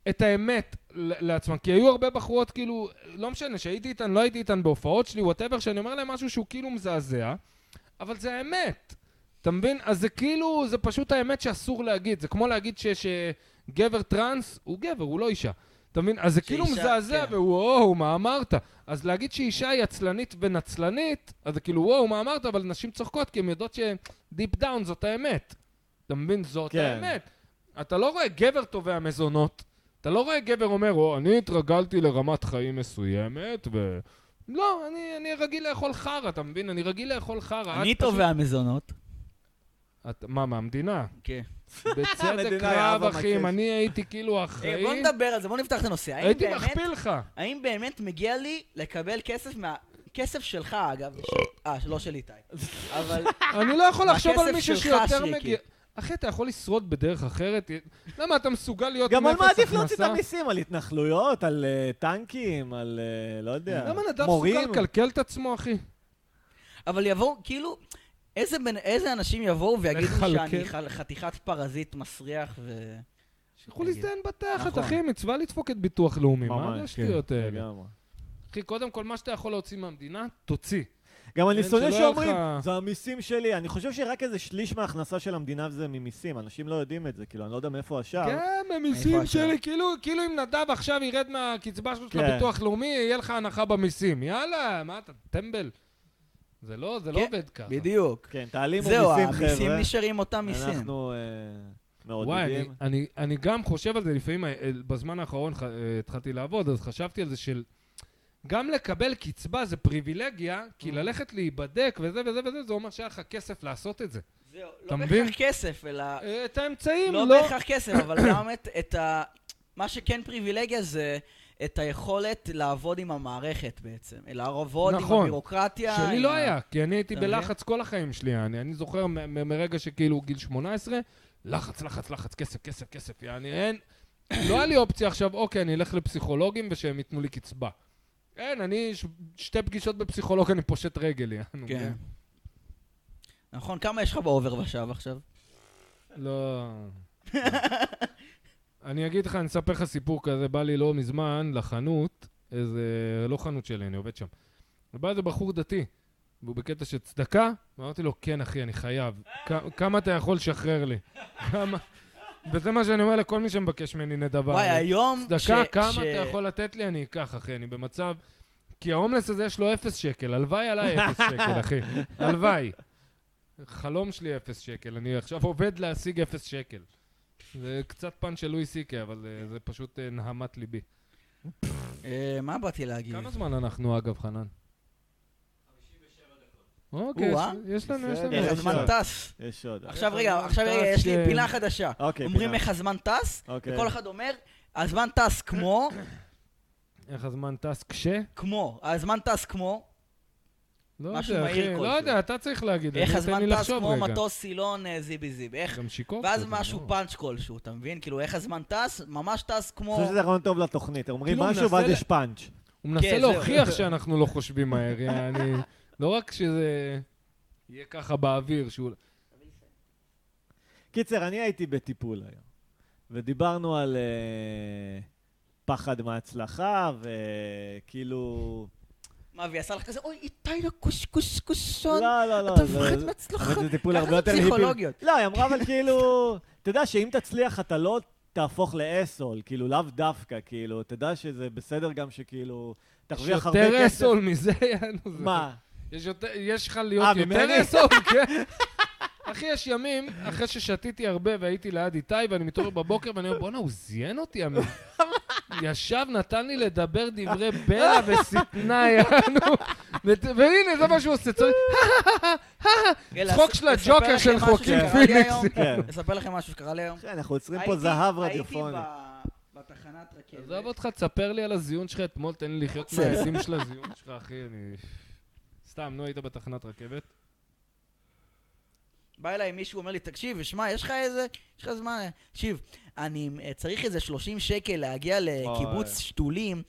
את האמת ל- לעצמם. כי היו הרבה בחורות, כאילו, לא משנה, שהייתי איתן, לא הייתי איתן בהופעות שלי, וואטאבר, שאני אומר להם משהו שהוא כאילו מזעזע, אבל זה האמת. אתה מבין? אז זה כאילו, זה פשוט האמת שאסור להגיד. זה כמו להגיד ש- שגבר טראנס הוא גבר, הוא לא אישה. אתה מבין? אז זה כאילו שאישה- מזעזע, כן. ווואו, מה אמרת? אז להגיד שאישה היא עצלנית ונצלנית, אז זה כאילו, וואו, מה אמרת? אבל נשים צוחקות כי הן יודעות שדיפ דאון זאת האמת. אתה מבין? זאת כן. האמת. אתה לא רואה גבר תובע מזונות. אתה לא רואה גבר אומר, או, אני התרגלתי לרמת חיים מסוימת, ו... לא, אני, אני רגיל לאכול חרא, אתה מבין? אני רגיל לאכול חרא. אני את פשוט- תובע מזונות. את, מה, מהמדינה? כן. בצדק המדינה, רב, אבא אחי, אם מקש. אני הייתי כאילו אה, בוא אחראי, נדבר על זה, בוא נפתח את הנושא. האם הייתי באמת- מכפיל לך. האם באמת מגיע לי לקבל כסף מה... כסף שלך, אגב. ש- אה, לא (laughs) של איתי. אבל... אני לא (laughs) יכול לחשוב על מהכסף מישהו שלך, שיותר שריקי. מגיע... אחי, אתה יכול לשרוד בדרך אחרת? למה אתה מסוגל להיות גם על מאפס מה עדיף להוציא את הכנסה? המיסים? על התנחלויות, על אה, טנקים, על אה, לא יודע, למה נדב מורים? מסוגל לקלקל את עצמו, אחי? אבל יבואו, כאילו... איזה, בנ... איזה אנשים יבואו ויגידו לחלקל. שאני ח... חתיכת פרזיט מסריח ו... שילכו להזדיין בתחת, נכון. אחי, מצווה לדפוק את ביטוח לאומי. מה ממש, זה כן, השטויות האלה? לגמרי. אחי, קודם כל, מה שאתה יכול להוציא מהמדינה, תוציא. גם אני כן, שונא שלא יהיה שאומרים, לך- זה המיסים שלי. אני חושב שרק איזה שליש מההכנסה של המדינה זה ממיסים. אנשים לא יודעים את זה, כאילו, אני לא יודע מאיפה השאר. כן, המיסים איפה שלי, השאלה? כאילו, כאילו אם נדב עכשיו ירד מהקצבה שלו של כן. הביטוח לאומי, יהיה לך הנחה במיסים. יאללה, מה אתה, טמבל? זה לא, זה לא כן, עובד ככה. בדיוק. כן, תעלימו זהו, מיסים, המיסים חבר'ה. נשארים אותם מיסים. אנחנו אה, וואי, אני, מעודדים. אני, אני גם חושב על זה לפעמים, אה, אה, בזמן האחרון ח, אה, התחלתי לעבוד, אז חשבתי על זה של... גם לקבל קצבה זה פריבילגיה, כי ללכת להיבדק וזה וזה וזה, זה אומר שהיה לך כסף לעשות את זה. זהו, אתה לא מבין? בהכרח כסף, אלא... אה, את האמצעים, לא לא... בהכרח כסף, אבל גם את- את ה... מה שכן פריבילגיה זה את היכולת לעבוד עם המערכת בעצם. אה, לעבוד עם נכון. הבירוקרטיה. שלי עם לא ה- היה, כי אני הייתי אתה מבין? בלחץ כל החיים שלי, אני, אני זוכר מ- מ- מרגע שכאילו גיל 18, לחץ, לחץ, לחץ, כסף, כסף, כסף, יעני, אין, (coughs) לא היה לי אופציה עכשיו, אוקיי, אני אלך לפסיכולוגים ושהם ייתנו לי קצבה. אין, אני, ש... שתי פגישות בפסיכולוג, אני פושט רגל, יענו. כן. נכון, כמה יש לך באובר ושב עכשיו? לא... אני אגיד לך, אני אספר לך סיפור כזה, בא לי לא מזמן לחנות, איזה, לא חנות שלי, אני עובד שם. ובא איזה בחור דתי, והוא בקטע של צדקה, ואמרתי לו, כן אחי, אני חייב, כ- כמה אתה יכול לשחרר לי? (laughs) כמה... וזה מה שאני אומר לכל מי שמבקש ממני נדבה. וואי, אני- היום... צדקה, ש- כמה ש- אתה יכול לתת לי? אני אקח, אחי, אני במצב... כי ההומלס הזה יש לו אפס שקל, הלוואי (laughs) עליי אפס שקל, אחי. הלוואי. חלום שלי אפס שקל, אני עכשיו עובד להשיג אפס שקל. זה קצת פן של לואי סיקי, אבל אה, זה פשוט אה, נהמת ליבי. אה, מה באתי להגיד? כמה זמן אנחנו, אגב, חנן? 57 דקות. או-אה. אוקיי, יש- יש לנו, יש בסדר. לנו. איך הזמן עכשיו. אה, טס. יש עוד. עכשיו רגע, עכשיו רגע, טס, יש לי אה, כן. פינה חדשה. אוקיי, אומרים פינה. איך הזמן טס, אוקיי. וכל אחד אומר, הזמן טס כמו, איך הזמן טס כש? כמו, הזמן טס כמו, לא משהו יודע, מהיר אחי. לא כלשהו. יודע, אתה צריך להגיד. איך אני- תן הזמן לי טס לחשוב כמו רגע. מטוס סילון אה, זיבי זיבי, איך... גם שיכור. ואז כזה, משהו לא. פאנץ' כלשהו, אתה מבין? כאילו, איך הזמן טס, ממש טס אני כמו... חושב שזה רעיון טוב לתוכנית. אומרים כאילו, משהו מנסה ואז ל- יש פאנץ'. הוא מנסה כן, להוכיח זהו. שאנחנו לא חושבים מהר, יעני, לא רק שזה יהיה ככה באוויר, שהוא... קיצר, אני הייתי בטיפול היום, ודיברנו על אה, פחד מהצלחה, וכאילו... מה, והיא עשה לך כזה, אוי, איתי לקושקוש לא, קושון, לא, לא. אתה זה- מפחד זה- מהצלחה. אבל זה טיפול הרבה ככה יותר זה פסיכולוגיות. היפי. לא, היא אמרה, אבל כאילו, אתה יודע שאם תצליח אתה לא תהפוך לאסול, כאילו, לאו דווקא, כאילו, תדע שזה בסדר גם שכאילו, תרוויח הרבה כסף. יותר אסול מזה, יענו. זה- מה? יש יותר- יש לך אה, להיות יותר ממני? אסול, כן. אחי, יש ימים, אחרי ששתיתי הרבה והייתי ליד איתי, ואני מתעורר בבוקר ואני אומר, בואנה, הוא זיין (laughs) אותי, אמיר. ישב, נתן לי לדבר דברי בלע ושטנה, יענו. ות- והנה, זה מה שהוא עושה. צועק, רגע, צחוק לס- של לספר הג'וקר לכם של משהו חוקין שקרה לי פיניקס. (laughs) היום? כן. לספר לכם משהו שקרה לי היום? אחי, אנחנו יוצרים פה הייתי- זהב הייתי רדיופוני. ב- בתחנת רכבת. עזוב אותך, תספר לי על הזיון שלך אתמול, תן לי לחיות בסדר. מהעדים של הזיון שלך, אחי, אני... סתם, נו, היית בתחנת רכבת? בא אליי מישהו, אומר לי, תקשיב, שמע, יש לך איזה, יש לך זמן, תקשיב, אני אה, צריך איזה 30 שקל להגיע לקיבוץ אוי. (laughs) שתולים.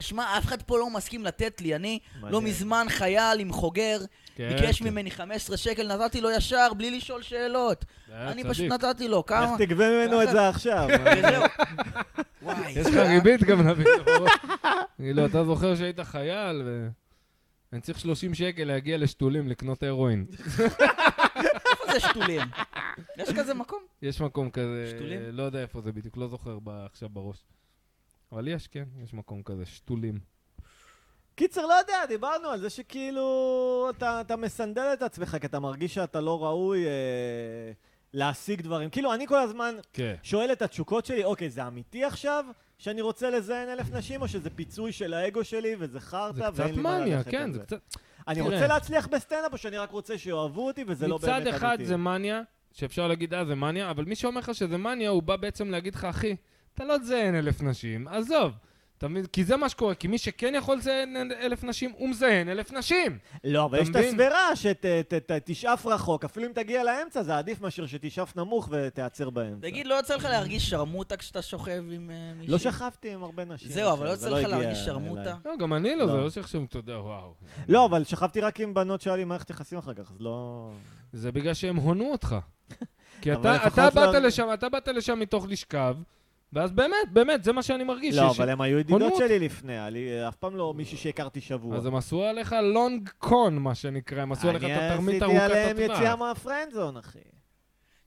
שמע, אף אחד פה לא מסכים לתת לי, אני לא מעניין. מזמן חייל עם חוגר, כן, ביקש כן. ממני 15 שקל, נתתי לו ישר, בלי לשאול שאלות. אה, אני צדיק. פשוט נתתי לו, איך כמה? תגבה ממנו את זה עכשיו? (laughs) וזהו. וואי, יש לך זה היה- ריבית גם (laughs) לביטחון. כאילו, אתה זוכר שהיית חייל, ו... אני צריך 30 שקל להגיע לשתולים לקנות הרואין. איפה זה שתולים? יש כזה מקום? יש מקום כזה, שתולים? לא יודע איפה זה בדיוק, לא זוכר ב- עכשיו בראש. אבל יש, כן, יש מקום כזה, שתולים. קיצר, לא יודע, דיברנו על זה שכאילו אתה, אתה מסנדל את עצמך, כי אתה מרגיש שאתה לא ראוי אה, להשיג דברים. כאילו, אני כל הזמן כן. שואל את התשוקות שלי, אוקיי, זה אמיתי עכשיו שאני רוצה לזיין אלף נשים, או שזה פיצוי של האגו שלי וזה זה חרטא קצת ואין לי מה מניה, ללכת כן, על זה זה? קצת... אני תראה. רוצה להצליח בסטנדאפ, או שאני רק רוצה שאוהבו אותי וזה לא באמת אמיתי? מצד אחד זה מניה, שאפשר להגיד, אה, זה מניה, אבל מי שאומר לך שזה מניה, הוא בא בעצם להגיד לך, אחי, אתה לא תזיין אלף נשים, עזוב. אתה מבין? כי זה מה שקורה, כי מי שכן יכול לזיין אלף נשים, הוא מזיין אלף נשים. לא, אבל אתה יש את מבין? הסברה שתשאף רחוק, אפילו אם תגיע לאמצע, זה עדיף מאשר שתשאף נמוך ותיעצר באמצע. תגיד, לא יוצא לך להרגיש שרמוטה כשאתה שוכב עם אה, מישהו? לא שכבתי עם הרבה נשים. זהו, אבל לא זה יוצא לך הגיע להרגיש אליי. שרמוטה? לא, גם אני לא, זה לא. לא שעכשיו, אתה יודע, וואו. לא, אבל שכבתי רק עם בנות שהיה לי מערכת יחסים אחר כך, אז לא... זה בגלל שהם הונו (laughs) אותך. כי אבל אתה, לפחות אתה, לא- באת לשם, אתה באת לשם מתוך לשכב, ואז באמת, באמת, זה מה שאני מרגיש. לא, שיש- אבל הם היו ידידות הונות. שלי לפני, היה לי אף פעם לא מישהי שהכרתי שבוע. אז הם עשו עליך לונג קון, מה שנקרא, הם עשו עליך את אני התרמית ארוכת עשיתי עליהם הטווח. יציאה מהפרנדזון, אחי.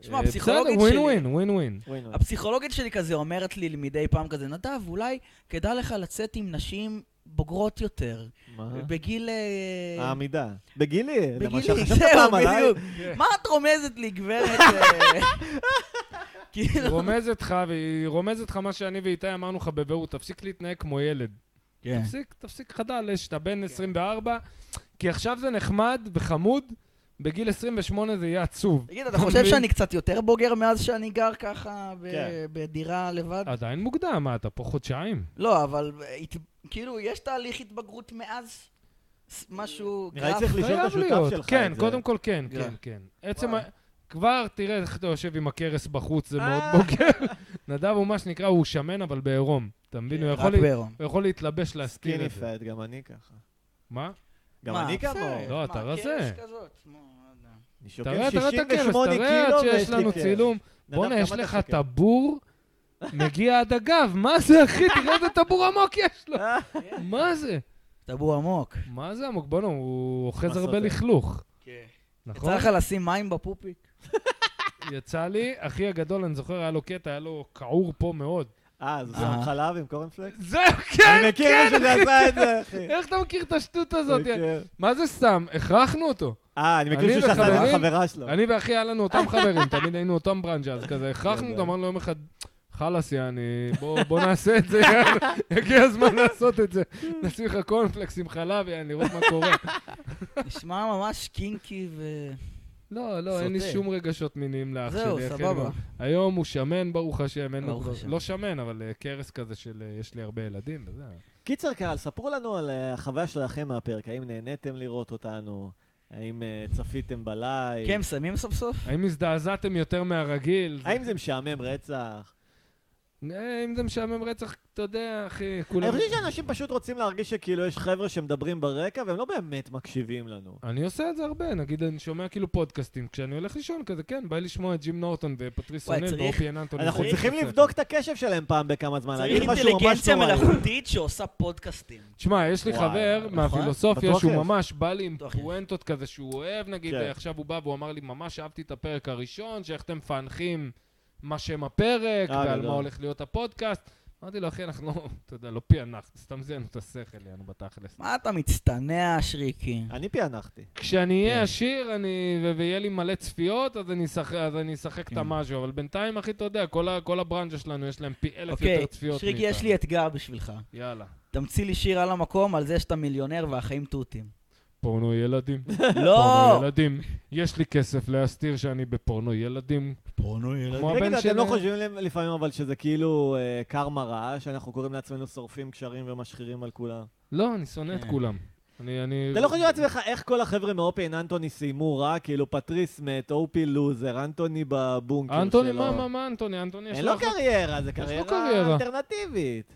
שמע, אה, הפסיכולוגית בסדר, ווין שלי- ווין, ווין ווין. וואי, וואי. הפסיכולוגית שלי כזה אומרת לי מדי פעם כזה, נדב, אולי כדאי לך לצאת עם נשים בוגרות יותר, מה? בגיל... אה, העמידה. בגילי, זה מה בגילי, שחשבת פעם עליי. בדיוק. כן. מה את רומזת לי, גברת? אה, (laughs) היא כאילו... רומזת לך, והיא רומזת לך מה שאני ואיתי אמרנו לך בבירור, תפסיק להתנהג כמו ילד. כן. תפסיק, תפסיק חדש, אתה כן. בן 24, כי עכשיו זה נחמד וחמוד, בגיל 28 זה יהיה עצוב. תגיד, אתה חושב (laughs) שאני קצת יותר בוגר מאז שאני גר ככה ב- כן. בדירה לבד? עדיין מוקדם, מה, אתה פה חודשיים? לא, אבל אה, הת- כאילו, יש תהליך התבגרות מאז? ס- משהו, נראה לי גרף? צריך לשאול את חייב השותף להיות, שלך. כן, את זה. קודם כל כן, כן, כן. כן. עצם ה... וואי. כבר תראה איך אתה יושב עם הכרס בחוץ, זה מאוד אה. בוגר. (laughs) נדב הוא מה שנקרא, הוא שמן אבל בעירום. אתה מבין? הוא יכול כן. רק לה- בעירום. הוא יכול להתלבש להסתיר קיני את זה. פאט, גם אני ככה. כאילו. מה? גם מה, אני בסדר, כמוהו. לא, מה, אתה רזה. קרש כזאת, מה, לא יודע. אני שוקל תראה, תראה את הכרס, 68 תראה קילו עד שיש ויש לי לנו כאב. צילום. נדב, בואנה, כמה יש אתה לך שוקל? טבור, מגיע עד הגב, מה זה אחי? תראה איזה טבור עמוק יש לו. אה, מה זה? טבור עמוק. מה זה עמוק? בואנה, הוא אוחז מסות, הרבה אה. לכלוך. יצא נכון? לך לשים מים בפופיק? יצא לי, אחי הגדול, אני זוכר, היה לו קטע, היה לו כעור פה מאוד. אה, זה אה. שם חלב עם קורנפלקס? זהו, כן, אני מכיר כן, מישהו אחי. שעשה את זה, (laughs) אחי. אוקיי. איך אתה מכיר את השטות הזאת? מכיר. מה זה סתם? הכרחנו אותו. אה, אני מכיר אני מישהו שעשה את זה וחברים- לחברה שלו. אני ואחי היה לנו אותם חברים, תמיד היינו אותם ברנג'ה, אז כן, כזה הכרחנו גדול. אותו, אמרנו יום אחד, חלאס יעני, בוא בוא נעשה את זה, יאללה, (laughs) יגיע הזמן (laughs) לעשות את זה. נשים לך קורנפלקס עם חלב, יעני, לראות מה קורה. נשמע ממש קינקי ו... לא, לא, אין לי סוטה. שום רגשות מיניים לאח שלי. זהו, אחי, אני סבבה. אומר, היום הוא שמן, ברוך השם, אין לו... ברוך כבר- השם. לא שמן, אבל אה, קרס כזה של אה, יש לי הרבה ילדים, וזה... קיצר קהל, ספרו לנו על אה, החוויה שלכם מהפרק. האם נהניתם לראות אותנו? האם אה, צפיתם בלייב? כן, הם שמים סוף סוף? האם הזדעזעתם יותר מהרגיל? האם זה משעמם רצח? אה, אם זה משעמם רצח, אתה יודע, אחי, אני כולם... חושב שאנשים פשוט רוצים להרגיש שכאילו יש חבר'ה שמדברים ברקע והם לא באמת מקשיבים לנו. אני עושה את זה הרבה, נגיד אני שומע כאילו פודקאסטים, כשאני הולך לישון כזה, כן, בא לי לשמוע את ג'ים נורטון ופטריס וואי, אונל צריך- ואופי אננטון. אנחנו מחוץ צריכים לספר. לבדוק את הקשב שלהם פעם בכמה זמן, צריך להגיד משהו ממש אינטליגנציה נורא. מלאכותית שעושה פודקאסטים. תשמע, יש לי וואי, חבר נכון? מהפילוסופיה בטוח שהוא יש. ממש בא לי עם בטוח יש. פואנטות כזה שהוא אוהב, נגיד, כן. עכשיו הוא בא והוא אמר לי, ממש אהבתי את הפרק הראשון, שאיך אתם מפענחים מה שם הפרק, אה, ועל גדול. מה הולך להיות הפודקאסט, אמרתי לו, אחי, אנחנו, אתה יודע, לא (laughs) פענחנו, סתם זיינו את השכל, יענו, בתכלס. מה אתה מצטנע, שריקי? אני פענחתי. כשאני כן. אהיה עשיר אני, ו- ויהיה לי מלא צפיות, אז אני אשחק, אז אני אשחק את כן. המשהו, אבל בינתיים, אחי, אתה יודע, כל, ה- כל הברנז'ה שלנו, יש להם פי אלף אוקיי, יותר צפיות שריקי, יש לי אתגר בשבילך. יאללה. תמציא לי שיר על המקום על זה שאתה מיליונר והחיים (laughs) תותים. פורנו ילדים, לא! פורנו ילדים. יש לי כסף להסתיר שאני בפורנו ילדים. פורנו ילד. כמו תגיד, הבן אתם לא שלי. חושבים למ- לפעמים אבל שזה כאילו אה, קרמה רעה, שאנחנו קוראים לעצמנו שורפים קשרים ומשחירים על כולם? לא, אני שונא את כן. כולם. אני, אני... אתה לא חושב לעצמך איך כל החבר'ה מאופי עם אנטוני סיימו רע? כאילו פטריס מת, אופי לוזר, אנטוני בבונקר שלו. אנטוני, מה, מה, מה, אנטוני? אנטוני יש כאילו אין לו... לו אחלה- קריירה, זה קריירה. קריירה אלטרנטיבית.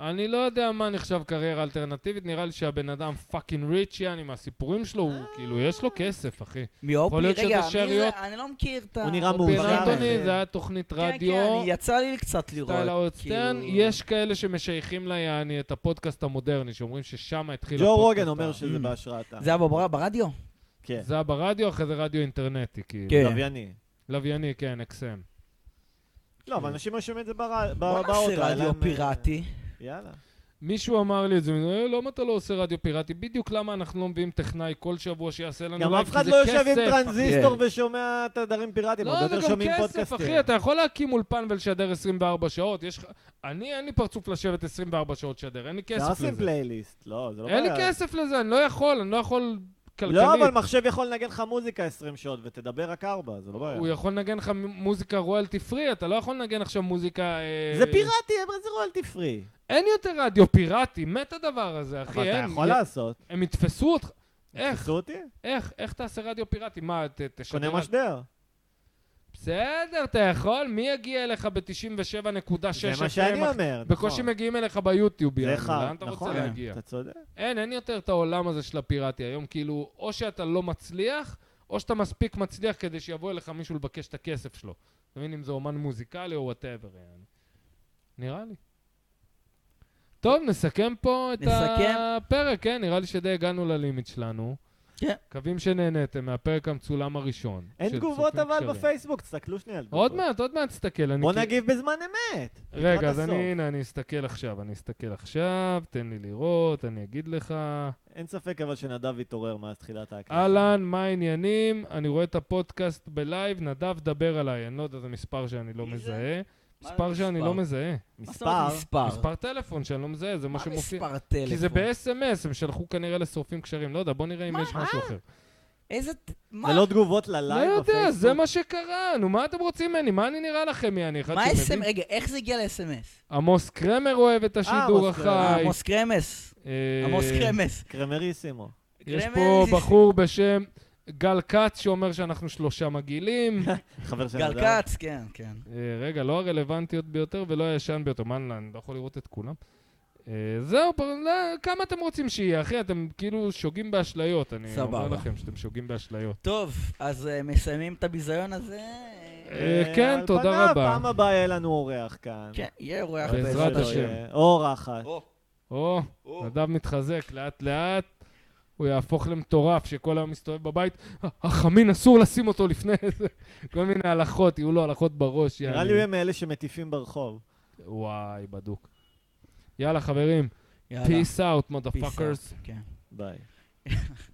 אני לא יודע מה נחשב קריירה אלטרנטיבית, נראה לי שהבן אדם פאקינג ריץ' יעני מהסיפורים שלו, אה. הוא כאילו, יש לו כסף, אחי. יכול מאופי, להיות שזה רגע, מי שאריות. זה? אני לא מכיר את ה... הוא נראה פורנו מאוזן. אנטוני זה היה תוכנית כן, רדיו. כן, אני- יצא לי קצת לראות. סטייל האורדסטיין, כאילו- יש כאלה שמשייכים לה, יעני, את הפודקאסט המודרני, שאומרים ששם התחיל ג'ו כאילו, רוגן הפודקאסט אומר ה- שזה Mm. בהשראתה. זה היה בבר- ברדיו? כן. זה היה ברדיו, אחרי זה רדיו אינטרנטי, כאילו. כן. לווייני. לווייני, כן, אקסם. לא, אבל אנשים רושמים את זה ברדיו. בוא נעשה רדיו אה, פיראטי. אה, יאללה. מישהו אמר לי את זה, "אה, למה אתה לא עושה רדיו פיראטי? בדיוק למה אנחנו לא מביאים טכנאי כל שבוע שיעשה לנו גם לייב, אף כי אחד זה לא יושב עם כסף, טרנזיסטור ושומע תדרים פיראטיים, לא, עוד זה יותר גם שומעים כסף, פודקאסטים. אחי, אתה יכול להקים אולפן ולשדר 24 שעות. יש לך... אני, אין לי פרצוף לשבת 24 שעות לשדר, אין לי לא כסף עושים לזה. פלייליסט, לא, זה לא אין לי בעיה. כסף לזה, אני לא יכול, אני לא יכול כלכלית. לא, אבל מחשב יכול לנגן לך מוזיקה 20 שעות ותדבר רק 4, זה לא בעיה. הוא יכול לנגן לך מ- מוזיקה רויאלטי פרי, אתה לא יכול לנגן עכשיו מוזיקה... אה, כן, זה פיראטי, אבל זה לא, רואלטי פרי. אין יותר רדיו פיראטי, מת הדבר הזה, אחי, אבל אתה אין. יכול י- לעשות. הם יתפסו אותך. איך? תפסו אותי? איך? איך תעשה רדיו פיראטי? מה, ת- תשדר... קונה על- משדר. בסדר, אתה יכול? מי יגיע אליך ב-97.6 זה מה שאני אומר. אה, בקושי נכון. מגיעים אליך ביוטיוב, זה יעני, אחד, לאן אתה רוצה נכון, להגיע? אתה צודק. אין, אין יותר את העולם הזה של הפיראטי. היום כאילו, או שאתה לא מצליח, או שאתה מספיק מצליח כדי שיבוא אליך מישהו לבקש את הכסף שלו. אתה מבין אם זה אומן מוזיקלי או וואטאבר, יעני. נראה לי. טוב, נסכם פה את נסכם. הפרק, כן? נראה לי שדי הגענו ללימיט שלנו. כן. מקווים שנהנתם מהפרק המצולם הראשון. אין של תגובות צופים אבל כשרים. בפייסבוק, תסתכלו שנייה על תגובות. עוד מעט, עוד מעט תסתכל. אני בוא כי- נגיב בזמן אמת. לקראת רגע, אז הסוף. אני, הנה, אני אסתכל עכשיו, אני אסתכל עכשיו, תן לי לראות, אני אגיד לך. אין ספק אבל שנדב התעורר מאז תחילת ההקלטה. אהלן, מה העניינים? אני רואה את הפודקאסט בלייב, נדב, דבר עליי. אני לא יודע, זה מספר שאני לא מי זה? מזהה. מה מספר זה שאני מספר? לא מזהה. מה זאת אומרת מספר, מספר? מספר טלפון שאני לא מזהה, זה מה מה שמופיע. מספר טלפון? כי זה ב-SMS, הם שלחו כנראה לשורפים קשרים. לא יודע, בוא נראה אם יש משהו אחר. איזה... ט- מה? זה לא תגובות לא ללייב בפייסבוק. יודע, זה מה שקרה. נו, מה אתם רוצים ממני? מה אני נראה לכם, יעני? מה חצי ה-SMS? מבין? רגע, איך זה הגיע ל-SMS? עמוס קרמר אוהב את השידור עמוס קרמר. החי. אה, עמוס קרמס. אה, עמוס קרמס. קרמריסימו. יש קרמר פה זה- בחור בשם גל כץ שאומר שאנחנו שלושה מגעילים. חבר של גל נדב. כץ, כן, כן. אה, רגע, לא הרלוונטיות ביותר ולא הישן ביותר. מה, אני לא יכול לראות את כולם? אה, זהו, פר... לא, כמה אתם רוצים שיהיה, אחי? אתם כאילו שוגים באשליות. אני סבבה. אומר לכם שאתם שוגים באשליות. טוב, אז אה, מסיימים את הביזיון הזה. אה, כן, על תודה פניו, רבה. פעם הבאה יהיה לנו אורח כאן. כן, יהיה אורח מקווה אה, בעזרת שלא השם. יהיה. אורחת. או, או, או. נדב מתחזק לאט-לאט. הוא יהפוך למטורף שכל היום מסתובב בבית. "ה- החמין, אסור לשים אותו לפני זה. (laughs) כל מיני הלכות, יהיו לו הלכות בראש. נראה יעני. לי הוא יהיה מאלה שמטיפים ברחוב. וואי, בדוק. יאללה, חברים. יאללה. Peace out, Peace out. motherfuckers. כן. ביי.